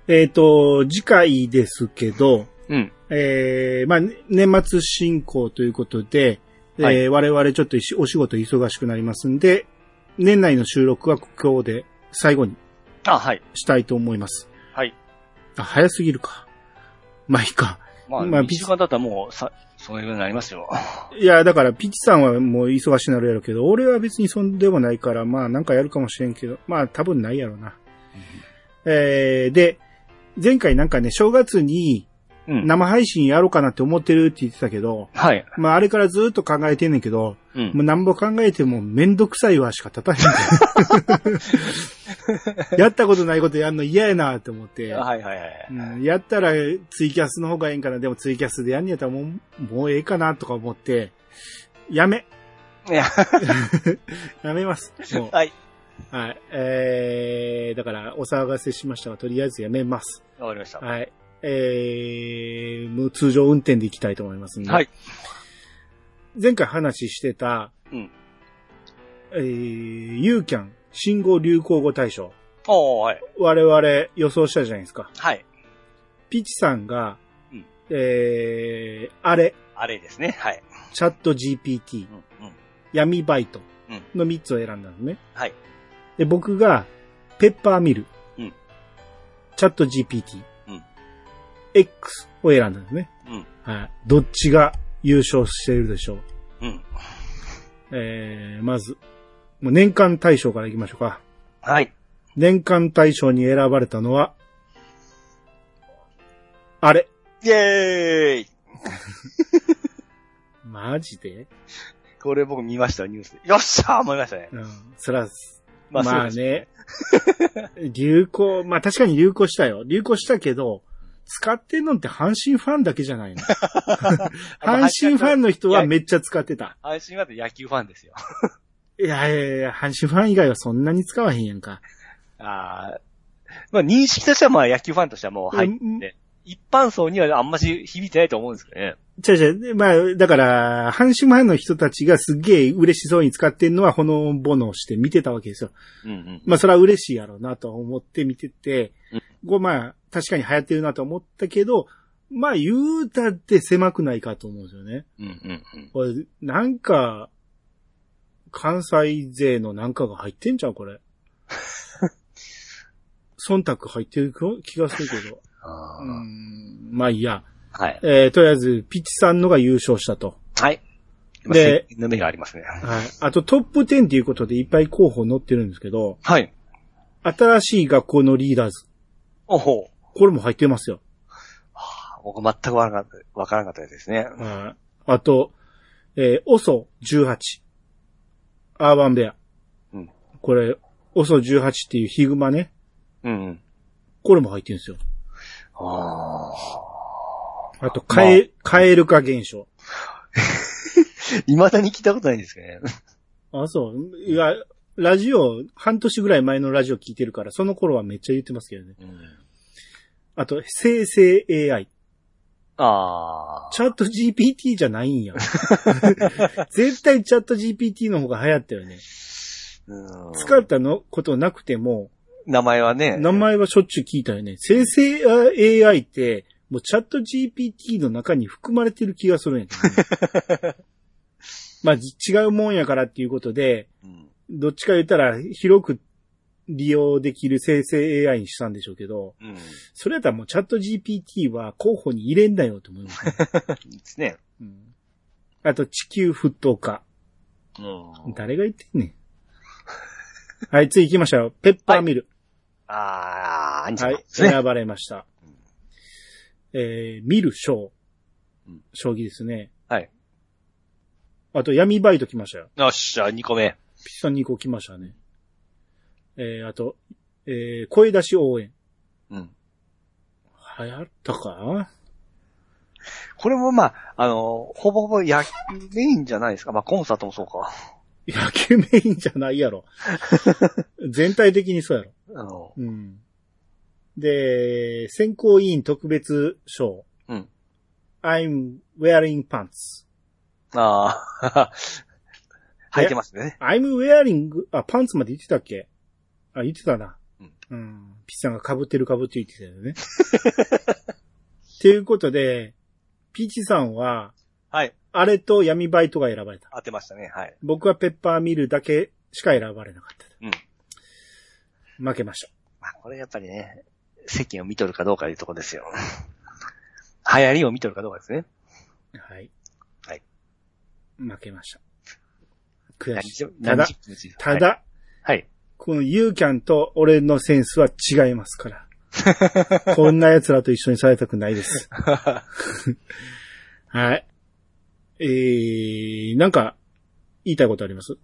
Speaker 3: えっ、と、次回ですけど、
Speaker 4: うん。
Speaker 3: えー、まあ、ね年末進行ということで、えー
Speaker 4: はい
Speaker 3: 我々ちょっといしお仕事忙しくなりますんで、年内の収録は今日で最後に
Speaker 4: あ、はい。
Speaker 3: したいと思います。
Speaker 4: はい。
Speaker 3: あ、早すぎるか。まあいいか。
Speaker 4: まあ、
Speaker 3: まあ
Speaker 4: 1週間だったらもう、さ、そのようになります よ。
Speaker 3: いや、だから、ピッチさんはもう忙しくなるやろうけど、俺は別にそんでもないから、まあなんかやるかもしれんけど、まあ多分ないやろうな。えー、で、前回なんかね、正月に
Speaker 4: うん。
Speaker 3: 生配信やろうかなって思ってるって言ってたけど、
Speaker 4: はい。
Speaker 3: まああれからずーっと考えてんねんけど、
Speaker 4: うん
Speaker 3: もうなんぼ考えてもめんどくさいわしか立たへん からやったことないことやんの嫌やなって思って。
Speaker 4: はいはいはい。
Speaker 3: うん、やったらツイキャスの方がええんかな。でもツイキャスでやんねやったらもう、もうええかなとか思って、やめ。
Speaker 4: いや、
Speaker 3: やめます。もう
Speaker 4: はい。
Speaker 3: はい。えー、だからお騒がせしましたが、とりあえずやめます。
Speaker 4: わかりました。
Speaker 3: はい。えー、もう通常運転で行きたいと思いますんで。
Speaker 4: はい。
Speaker 3: 前回話してた、
Speaker 4: うん
Speaker 3: えー、ユーキャン、新語流行語大賞。
Speaker 4: おー、はい。
Speaker 3: 我々予想したじゃないですか。
Speaker 4: はい。
Speaker 3: ピチさんが、
Speaker 4: うん
Speaker 3: えー、あれ、
Speaker 4: あれですね。はい。
Speaker 3: チャット GPT
Speaker 4: う、ん。うん。
Speaker 3: 闇バイトの3つを選んだのね。
Speaker 4: はい。
Speaker 3: で、僕が、ペッパーミル、
Speaker 4: うん
Speaker 3: チャット GPT、
Speaker 4: うん、
Speaker 3: X を選んだのね。
Speaker 4: うん。
Speaker 3: はい。どっちが優勝しているでしょう。
Speaker 4: うん。
Speaker 3: えー、まず、もう年間大賞からいきましょうか。
Speaker 4: はい。
Speaker 3: 年間大賞に選ばれたのは、あれ。
Speaker 4: イェーイ
Speaker 3: マジで
Speaker 4: これ僕見ました、ニュースで。よっしゃー思いましたね。
Speaker 3: うん。そら、
Speaker 4: ま
Speaker 3: ま
Speaker 4: あ
Speaker 3: あ、
Speaker 4: そうです
Speaker 3: ね。 流行、まあ確かに流行したよ。流行したけど、使ってんのって阪神ファンだけじゃないの。阪神ファンの人はめっちゃ使ってた。
Speaker 4: 阪神は野球ファンですよ。
Speaker 3: いやいやいや、阪神ファン以外はそんなに使わへんやんか。
Speaker 4: ああ。まあ認識としてはまあ野球ファンとしてはもう入っ
Speaker 3: うん
Speaker 4: て、一般層にはあんまし響いてないと思うんですけどね。
Speaker 3: 違う違う。まあ、だから、阪神ファンの人たちがすっげえ嬉しそうに使ってんのはほのぼのして見てたわけですよ。
Speaker 4: うんうん。
Speaker 3: まあ、それは嬉しいやろうなと思って見てて
Speaker 4: うん、
Speaker 3: こうまあ、確かに流行ってるなと思ったけど、まあ、言うたって狭くないかと思うんですよね。
Speaker 4: うんうんうん。
Speaker 3: これ、なんか、関西勢のなんかが入ってんじゃん、これ。忖度入ってる気がするけど。
Speaker 4: あ
Speaker 3: う
Speaker 4: ー
Speaker 3: ーんまあいいや。
Speaker 4: はい。
Speaker 3: えーとりあえず、ピッチさんのが優勝したと。
Speaker 4: はい。今
Speaker 3: で、
Speaker 4: の目がありますね。
Speaker 3: はい。あとトップ10ということでいっぱい候補載ってるんですけど、
Speaker 4: はい。
Speaker 3: 新しい学校のリーダーズ。
Speaker 4: おほう。
Speaker 3: これも入ってますよ。
Speaker 4: 僕全くわからなかったわからなかったですね。
Speaker 3: はい。あと、えー、オソ18。アーバンベア。
Speaker 4: うん
Speaker 3: これ、オソ18っていうヒグマね。
Speaker 4: うんうん。
Speaker 3: これも入ってるんですよ。
Speaker 4: あ
Speaker 3: あと、カエ、カエル化現象。
Speaker 4: あ。未だに聞いたことないんですけどね。
Speaker 3: あ、そう。いや、ラジオ、半年ぐらい前のラジオ聞いてるから、その頃はめっちゃ言ってますけどね。あと、生成 AI。
Speaker 4: ああ。
Speaker 3: チャット GPT じゃない んや。絶対チャット GPT の方が流行ったよね。
Speaker 4: うん
Speaker 3: 使ったのことなくても、
Speaker 4: 名前はね。
Speaker 3: 名前はしょっちゅう聞いたよね。生成 AI って、もうチャット GPT の中に含まれてる気がするんやけどね、 まあ、じ違うもんやからっていうことで、
Speaker 4: うん
Speaker 3: どっちか言ったら広く利用できる生成 AI にしたんでしょうけど、
Speaker 4: うん。で
Speaker 3: それやったらもうチャット GPT は候補に入れんなよと思いますね、
Speaker 4: すね。
Speaker 3: うんあと地球沸騰化。
Speaker 4: うん。
Speaker 3: 誰が言ってんねん。はい、次行きましょう。ペッパーミル。
Speaker 4: ああ、アンジ
Speaker 3: は
Speaker 4: ェ
Speaker 3: い、
Speaker 4: ラですね。
Speaker 3: 選ばれました。えー、見る将
Speaker 4: うん。
Speaker 3: 将棋ですね。
Speaker 4: はい。
Speaker 3: あと、闇バイト来ましたよ。
Speaker 4: よっしゃ、2個目。
Speaker 3: ピッサン2個来ましたね。えー、あと、えー、声出し応援。
Speaker 4: うん。
Speaker 3: 流行ったか
Speaker 4: これもまあ、あの、ほぼほぼ野球メインじゃないですか。まあ、コンサートもそうか。
Speaker 3: 野球メインじゃない やろ。全体的にそうやろ。
Speaker 4: あの、
Speaker 3: うん。で、選考委員特別賞。
Speaker 4: うん。
Speaker 3: I'm wearing pants.
Speaker 4: あ あ、
Speaker 3: え
Speaker 4: 履いてますね。
Speaker 3: I'm wearing, あ、パンツまで言ってたっけあ、言ってたな。
Speaker 4: うん。
Speaker 3: うん。ピッチさんが被ってる被ってる言ってたよ ね。っていうことで、ピーチさんは、
Speaker 4: はい。
Speaker 3: あれと闇バイトが選ばれた。
Speaker 4: 当てましたね。はい。
Speaker 3: 僕はペッパーミルだけしか選ばれなかった。
Speaker 4: うん
Speaker 3: 負けました。
Speaker 4: まあ、これやっぱりね、世間を見とるかどうかというとこですよ。 流行りを見とるかどうかですね。
Speaker 3: はい。
Speaker 4: はい。
Speaker 3: 負けました。悔
Speaker 4: 何
Speaker 3: しい
Speaker 4: し。
Speaker 3: ただ
Speaker 4: 何、し気持ち
Speaker 3: ただ、
Speaker 4: はい。
Speaker 3: このユーキャンと俺のセンスは違いま すから。こんな奴らと一緒にされたくないです。
Speaker 4: はい
Speaker 3: はい。えー、なんか、言いたいことあります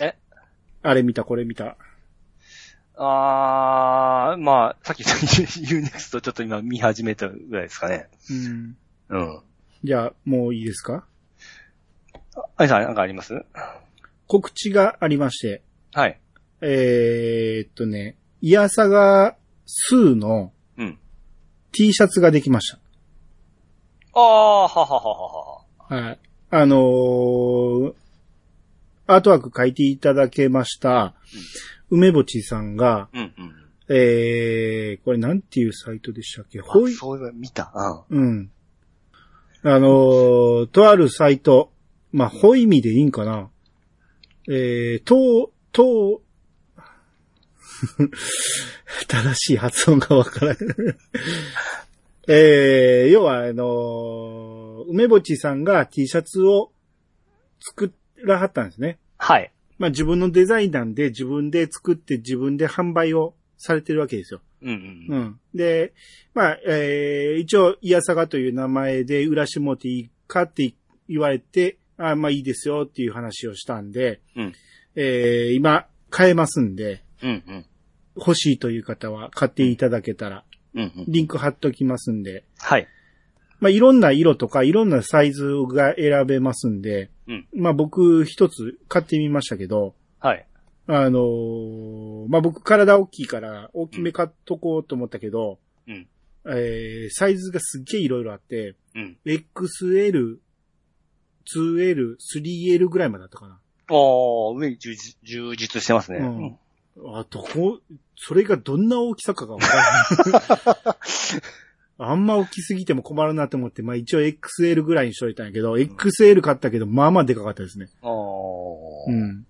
Speaker 4: え
Speaker 3: あれ見た、これ見た。
Speaker 4: あー、まあ、さっき言った UNEXT ちょっと今見始めたぐらいですかね。
Speaker 3: うん。
Speaker 4: うん。
Speaker 3: じゃあ、もういいですか
Speaker 4: あいさん、なんかあります
Speaker 3: 告知がありまして、
Speaker 4: はい。
Speaker 3: えーっとね、イヤサガ2の
Speaker 4: うん。
Speaker 3: T シャツができました。
Speaker 4: あー、ははははは。
Speaker 3: はい。あのーアートワーク書いていただけました、梅ぼちさんが、
Speaker 4: うんうん。
Speaker 3: えー、これなんていうサイトでしたっけ
Speaker 4: あ
Speaker 3: ほい、
Speaker 4: そういえば見た。うん。
Speaker 3: うん。あのーとあるサイト、まあ、ほいみでいいんかな。えー、とう、とう、 正しい発音がわからない。 えー、要は、あのー梅ぼちさんが T シャツを作らはったんですね。
Speaker 4: はい。
Speaker 3: まあ、自分のデザインなんで自分で作って自分で販売をされてるわけですよ。
Speaker 4: うんう。
Speaker 3: うんん。で、まあ、えー、一応、イヤサガという名前で売らしてもらっていいかって言われて、あまあいいですよっていう話をしたんで、
Speaker 4: うん
Speaker 3: えー今、買えますんで、
Speaker 4: うん、うん。
Speaker 3: 欲しいという方は買っていただけたら、
Speaker 4: うん、うん。
Speaker 3: リンク貼っときますんで、
Speaker 4: はい。
Speaker 3: まあいろんな色とかいろんなサイズが選べますんで、
Speaker 4: うん
Speaker 3: まあ僕一つ買ってみましたけど、
Speaker 4: はい。
Speaker 3: あのーまあ、僕体大きいから、大きめ買っとこうと思ったけど、
Speaker 4: うん
Speaker 3: えーサイズがすっげえいろいろあって、
Speaker 4: うん。
Speaker 3: XL、2L、3L ぐらいまでだったかな。
Speaker 4: おー、上に充実充実してますね。
Speaker 3: うんあ、どこ、それがどんな大きさかがわからない。 あんま大きすぎても困るなと思って、まあ一応 XL ぐらいにしといたんやけど、XL 買ったけど、まあまあでかかったですね。
Speaker 4: おー。
Speaker 3: うん。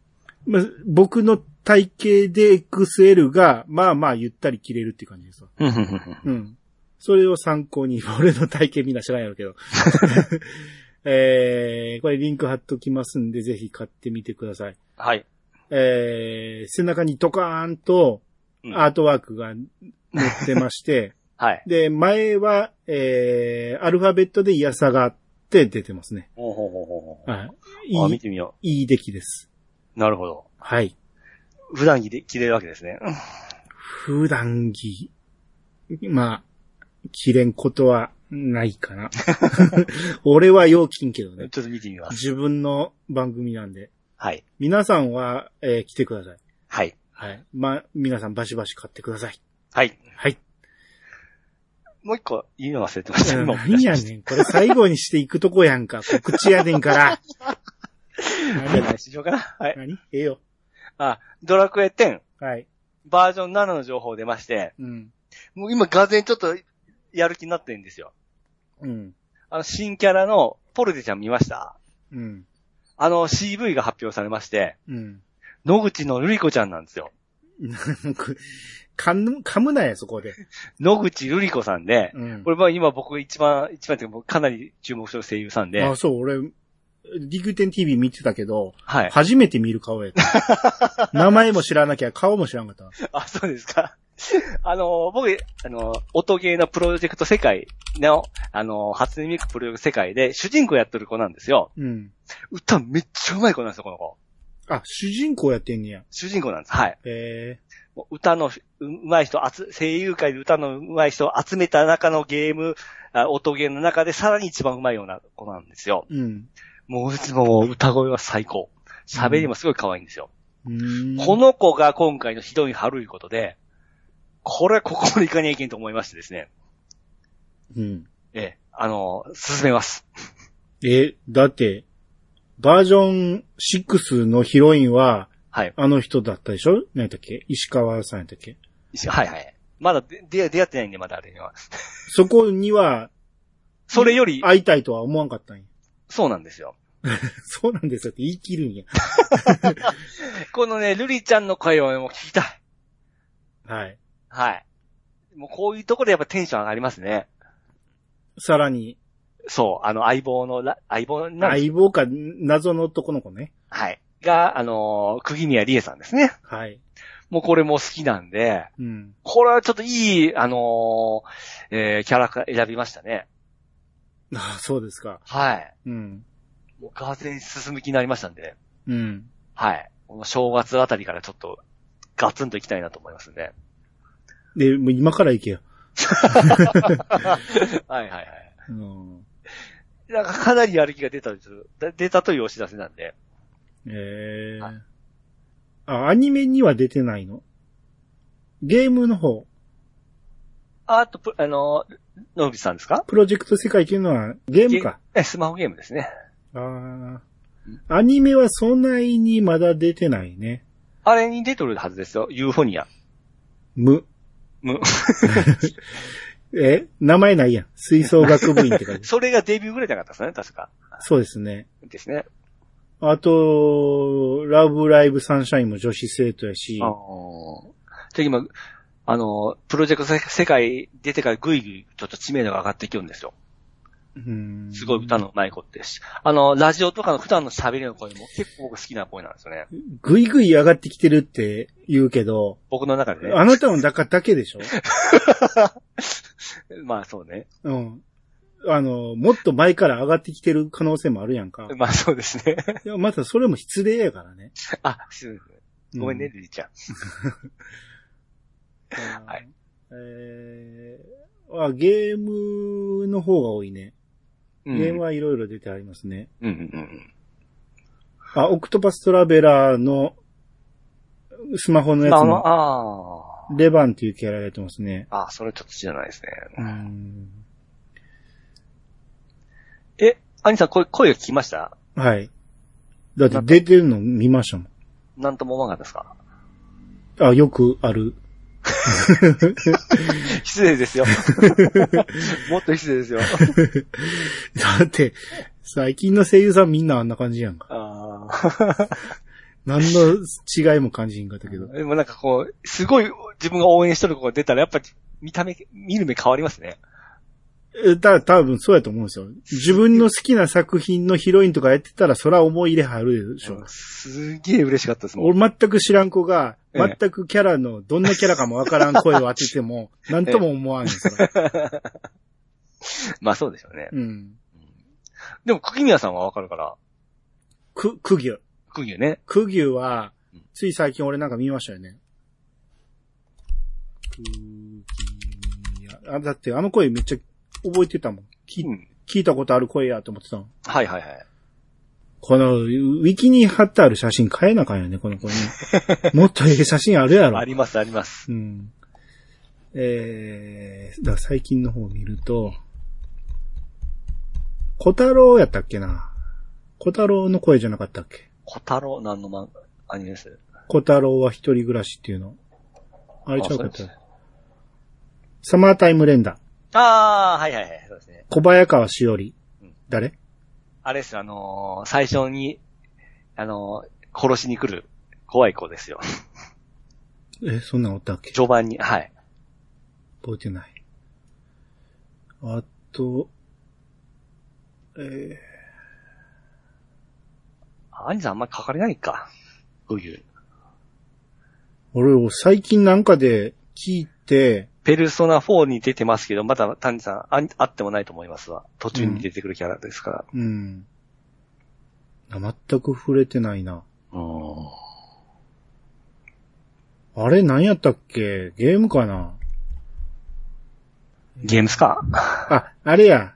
Speaker 3: まあ、僕の体型で XL が、まあまあゆったり着れるっていう感じですわ。
Speaker 4: うん、うん、うん
Speaker 3: うん。それを参考に、 俺の体型みんな知らんやろう けど。えー、これリンク貼っときますんで、ぜひ買ってみてください。
Speaker 4: はい。
Speaker 3: えー、背中にドカーンと
Speaker 4: うん
Speaker 3: アートワークが載ってまして、
Speaker 4: はい。
Speaker 3: で、前は、えー、アルファベットでイヤサガって出てますね。
Speaker 4: おーほーほーほーほ
Speaker 3: はい。
Speaker 4: ー。あ、
Speaker 3: い
Speaker 4: 見てみよ
Speaker 3: い、いい出来です。
Speaker 4: う。なるほど。
Speaker 3: はい。
Speaker 4: 普段着で着れるわけですね。
Speaker 3: 普段着、まあ、着れんことはないか な。俺はよう着んけどね。
Speaker 4: ちょっと見てみます。
Speaker 3: 自分の番組なんで。
Speaker 4: はい。
Speaker 3: 皆さんは、えー来てください。
Speaker 4: はい。
Speaker 3: はい。まあ、皆さんバシバシ買ってください。
Speaker 4: はい。
Speaker 3: はい。
Speaker 4: もう一個言うの忘れてました。今思い出
Speaker 3: 何
Speaker 4: しま
Speaker 3: や
Speaker 4: した。
Speaker 3: ねん。これ最後にしていくとこやんか。告知やねん から。
Speaker 4: じゃあ何しようかな。はい。
Speaker 3: 何何ええよ。
Speaker 4: あ、ドラクエ10、
Speaker 3: はい。
Speaker 4: バージョン7の情報出まして、
Speaker 3: うん。
Speaker 4: もう今、がぜちょっと、やる気になってるんですよ。
Speaker 3: うん。
Speaker 4: あの、新キャラの、ポルテちゃん見ました
Speaker 3: うん。
Speaker 4: あの、CV が発表されまして、
Speaker 3: うん。
Speaker 4: 野口のるりこちゃんなんですよ。
Speaker 3: なんか噛む、噛むなや、そこで。
Speaker 4: 野口るりこさんで、
Speaker 3: うん
Speaker 4: こ。れまあ今僕一番、一番っていうかもうかなり注目してる声優さんで
Speaker 3: あ、、そう、俺、リグテン TV 見てたけど、
Speaker 4: はい。
Speaker 3: 初めて見る顔やった。 名前も知らなきゃ顔も知らんかった。
Speaker 4: あ、そうですか。あの、僕、あの、音ゲーのプロジェクト世界の、あの、初音ミクプロジェクト世界で主人公やってる子なんですよ。
Speaker 3: うん。
Speaker 4: 歌めっちゃ上手い子なんですよ、この子。
Speaker 3: あ、主人公やってんねや。
Speaker 4: 主人公なんです。はい。
Speaker 3: え
Speaker 4: もう歌のううまい人集、声優界で歌の上手い人を集めた中のゲーム、あ音ゲーの中でさらに一番上手いような子なんですよ。
Speaker 3: ー、うん。
Speaker 4: もう、もう歌声は最高。喋りもすごい可愛いんですよ。
Speaker 3: うーん
Speaker 4: この子が今回のひどい春いことで、これはここに行かにゃいけんと思いましてですね。
Speaker 3: うん。
Speaker 4: ええ、あの、進めます。
Speaker 3: え、だって、バージョン6のヒロインは、
Speaker 4: はい。
Speaker 3: あの人だったでしょ何やったっけ石川さんやったっけ
Speaker 4: はいはい。まだで出出会ってないんで、まだあれには。
Speaker 3: そこには
Speaker 4: それより、
Speaker 3: 会いたいとは思わんかったんや。
Speaker 4: そうなんですよ。
Speaker 3: そうなんですよって言い切るんや。
Speaker 4: このね、ルリちゃんの声をもう聞きたい。
Speaker 3: はい。
Speaker 4: はい。もうこういうところでやっぱテンション上がりますね。
Speaker 3: さらに、
Speaker 4: そう、あの、相棒のラ、相棒なんです
Speaker 3: 相棒か謎の男の子ね。
Speaker 4: はい。が、あのー、釘宮理恵さんですね。
Speaker 3: はい。
Speaker 4: もうこれも好きなんで、
Speaker 3: うん。
Speaker 4: これはちょっといい、あのー、えー、キャラクター選びましたね。
Speaker 3: あそうですか。
Speaker 4: はい。
Speaker 3: うん。
Speaker 4: もう完全に進む気になりましたんで、
Speaker 3: うん。
Speaker 4: はい。この正月あたりからちょっと、ガツンといきたいなと思いますんで。
Speaker 3: で、もう今から行けよ。
Speaker 4: はいはいはい。
Speaker 3: うん。
Speaker 4: なんかかなりやる気が出たでする。だ出たというお知らせなんで。
Speaker 3: ええあ、アニメには出てないのゲームの方、
Speaker 4: あと、プあのー、のびさんですか
Speaker 3: プロジェクト世界っていうのはゲームか。
Speaker 4: え、スマホゲームですね。
Speaker 3: ああ。アニメはそんなにまだ出てないね。
Speaker 4: あれに出てるはずですよ。ユーフォニア。
Speaker 3: む。
Speaker 4: む。
Speaker 3: え名前ないやん。吹奏楽部員って 感じ。
Speaker 4: それがデビューぐらいじゃなかったですかね、確か。
Speaker 3: そうですね。
Speaker 4: ですね。
Speaker 3: あと、ラブライブサンシャインも女子生徒やし
Speaker 4: あ、のー、で、今、あのー、プロジェクト世界出てからぐいぐいちょっと知名度が上がっていくんですよ。
Speaker 3: うん
Speaker 4: すごい歌の上手い子ってし。あのー、ラジオとかの普段の喋りの声も結構僕好きな声なんですよね。
Speaker 3: ぐいぐい上がってきてるって言うけど、
Speaker 4: 僕の中で ね。
Speaker 3: あなたの中だけでしょ
Speaker 4: まあそうね。
Speaker 3: うん。あの、もっと前から上がってきてる可能性もあるやんか。
Speaker 4: まあそうですね。
Speaker 3: いや、またそれも失礼やからね。
Speaker 4: あ、すいませんごめんね、
Speaker 3: う
Speaker 4: ルリちゃん。はい。
Speaker 3: えー、あ、ゲームの方が多いね。
Speaker 4: うん
Speaker 3: ゲームはいろいろ出てありますね。
Speaker 4: うんうんうん。
Speaker 3: あ、オクトパストラベラーのスマホのや
Speaker 4: まあ
Speaker 3: つ
Speaker 4: あ
Speaker 3: も、
Speaker 4: の、あー
Speaker 3: レバンっていうキャラやってますね。
Speaker 4: あー、それちょっと知らないですね。
Speaker 3: うん
Speaker 4: え、アニさん、声、声を聞きました
Speaker 3: はい。だって出てるの見ましたもん。
Speaker 4: なんとも思わなかったですか
Speaker 3: あ、よくある。
Speaker 4: 失礼ですよ。 もっと失礼ですよ。
Speaker 3: だって、最近の声優さんみんなあんな感じやんか。
Speaker 4: あ
Speaker 3: 何の違いも感じひんかったけど
Speaker 4: ー。 でもなんかこう、すごい自分が応援しとる子が出たら、やっぱり見た目、見る目変わりますね。
Speaker 3: え、だ、多分そうやと思うんですよ。自分の好きな作品のヒロインとかやってたら、そら思い入れ入るでしょ。
Speaker 4: すげえ嬉しかったですもん。
Speaker 3: 俺全く知らん子が、
Speaker 4: ええ
Speaker 3: 全くキャラの、どんなキャラかもわからん声を当てても、なんとも思わんよ、それ。
Speaker 4: まあそうでしょうね。
Speaker 3: うん。
Speaker 4: でも、釘宮さんはわかるから、
Speaker 3: く、くぎゅ。
Speaker 4: 釘宮ね。
Speaker 3: くぎゅは
Speaker 4: うん、
Speaker 3: つい最近俺なんか見ましたよね。くぎゅあ、だってあの声めっちゃ覚えてたもん。聞,、
Speaker 4: うん。
Speaker 3: 聞いたことある声やと思ってたもん。
Speaker 4: はいはいはい。
Speaker 3: この、ウィキに貼ってある写真変えなあかんよね、この 子に。もっとええ写真あるやろ
Speaker 4: あ。りますあります。
Speaker 3: うん。えー、だから最近の方を見ると、小太郎やったっけな小太郎の声じゃなかったっけ
Speaker 4: 小太郎、何の漫画、アニメです
Speaker 3: 小太郎は一人暮らしっていうの。あれちゃうかっ
Speaker 4: あそう
Speaker 3: た
Speaker 4: です。
Speaker 3: サマータイム連打。
Speaker 4: ああ、はいはいはい、そうですね。
Speaker 3: 小早川しおり
Speaker 4: うん。
Speaker 3: 誰
Speaker 4: あれですよ、あのー最初に、あのー殺しに来る怖い子ですよ。
Speaker 3: え、そんなんおったっけ
Speaker 4: 序盤に、はい。
Speaker 3: 覚えてない。あと、えー、
Speaker 4: あアニさんあんまりかかれないか。こういう。
Speaker 3: 俺、最近なんかで聞いて、
Speaker 4: ペルソナ4に出てますけど、まだ谷さんあ、あってもないと思いますわ。途中に出てくるキャラですから。
Speaker 3: うん。あ全く触れてないな。
Speaker 4: うん。
Speaker 3: あれ、何やったっけゲームかな
Speaker 4: ゲームっすか
Speaker 3: あ、あれや。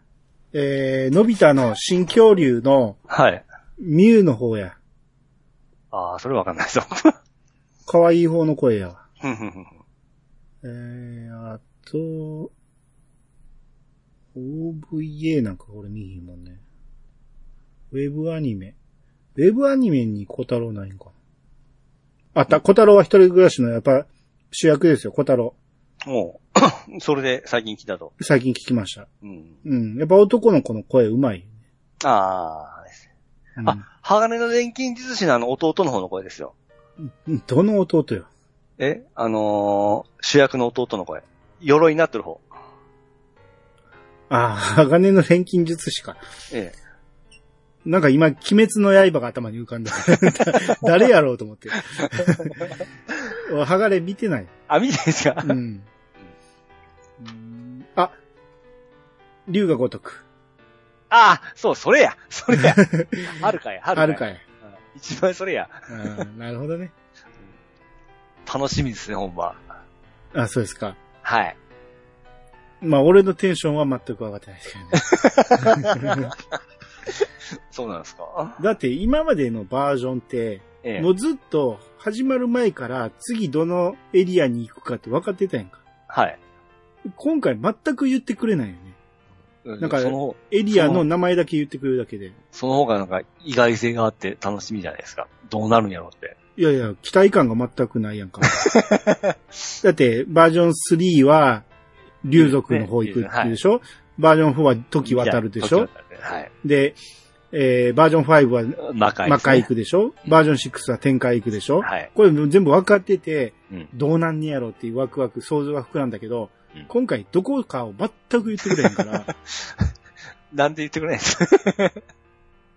Speaker 3: えー、のび太の新恐竜の
Speaker 4: はい。
Speaker 3: ミュウの方や。
Speaker 4: ああ、それわかんないぞ。
Speaker 3: 可愛い方の声やわ。
Speaker 4: ふんふんふんふん
Speaker 3: えー、あと、OVA なんか俺見ひんもんね。ウェブアニメ。ウェブアニメに小太郎ないんかな。あった、小太郎は一人暮らしのやっぱ主役ですよ、小太郎。
Speaker 4: もう、 それで最近聞いたと。
Speaker 3: 最近聞きました。
Speaker 4: うん。
Speaker 3: うん。やっぱ男の子の声うまい。
Speaker 4: ああ、
Speaker 3: うん
Speaker 4: あ、鋼の錬金術師のあの弟の方の声ですよ。
Speaker 3: うんどの弟よ。
Speaker 4: えあのー主役の弟の声。鎧になってる方。
Speaker 3: あ、鋼の錬金術師か。
Speaker 4: ええ。
Speaker 3: なんか今、鬼滅の刃が頭に浮かんだ。 誰やろうと思って。俺鋼見てない。
Speaker 4: あ、見てないですか、
Speaker 3: うん。うんあ、竜が如く。
Speaker 4: ああ、そう、それや。そ れや。はるかや、はるかや。
Speaker 3: あるかい。
Speaker 4: うん一番それや。
Speaker 3: うんなるほどね。
Speaker 4: 楽しみですね、ほんま。
Speaker 3: あ、そうですか。
Speaker 4: はい。
Speaker 3: まあ、俺のテンションは全く上がってないですけど ね。
Speaker 4: そうなんですか
Speaker 3: だって今までのバージョンって、
Speaker 4: ええ
Speaker 3: も。うずっと始まる前から次どのエリアに行くかって分かってたやんか。
Speaker 4: はい。
Speaker 3: 今回全く言ってくれないよね。
Speaker 4: なん
Speaker 3: んか
Speaker 4: か、その、
Speaker 3: エリアの名前だけ言ってくれるだけで。
Speaker 4: その方がなんか意外性があって楽しみじゃないですか。どうなるんやろうって。
Speaker 3: いやいや、期待感が全くない やんか。だって、バージョン3は、竜族の方行くっていうでしょ、バージョン4は時渡るでし
Speaker 4: いや
Speaker 3: ょ
Speaker 4: 時渡るはい。
Speaker 3: で、えー、バージョン5は
Speaker 4: 魔界、
Speaker 3: 魔界行くでしょ、バージョン6は天界行くでしょ、
Speaker 4: はい。
Speaker 3: これ全部分かってて、
Speaker 4: うん
Speaker 3: どうなんねやろっていうワクワク、想像が膨らんだけど、
Speaker 4: うん
Speaker 3: 今回どこかを全く言ってくれへんから、
Speaker 4: なんで言ってくれないんです か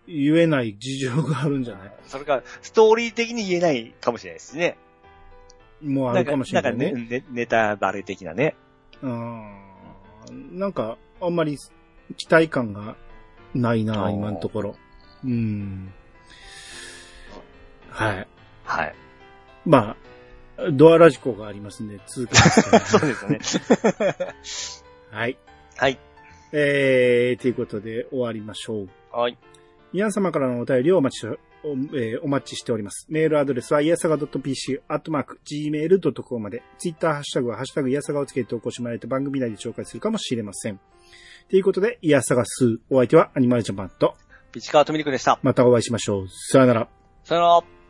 Speaker 3: 言えない事情があるんじゃない
Speaker 4: それか、ストーリー的に言えないかもしれないですね。
Speaker 3: もうあ
Speaker 4: なん
Speaker 3: るかもしれない
Speaker 4: な
Speaker 3: ね。
Speaker 4: んかねねネタバレ的なね。
Speaker 3: あーなんか、あんまり期待感がないな、
Speaker 4: あー
Speaker 3: 今のところ。うん。はい。
Speaker 4: はい。
Speaker 3: まあ、ドアラジコがありますんで、続けますから
Speaker 4: そう ですね。
Speaker 3: はい。
Speaker 4: はい。
Speaker 3: えー、ということで終わりましょう。
Speaker 4: はい。
Speaker 3: 皆様からのお便りをお待ちし、お,、えーお待ちしております。メールアドレスは、いやさが .pc、アットマーク、gmail.com まで、ツイッターハッシュタグは、ハッシュタグ、いやさがをつけて投稿してもらえて番組内で紹介するかもしれません。ということで、いやさがすお相手はアニマルジャパンと、
Speaker 4: ピチカートミルクでした。
Speaker 3: またお会いしましょう。さよなら。
Speaker 4: さよなら。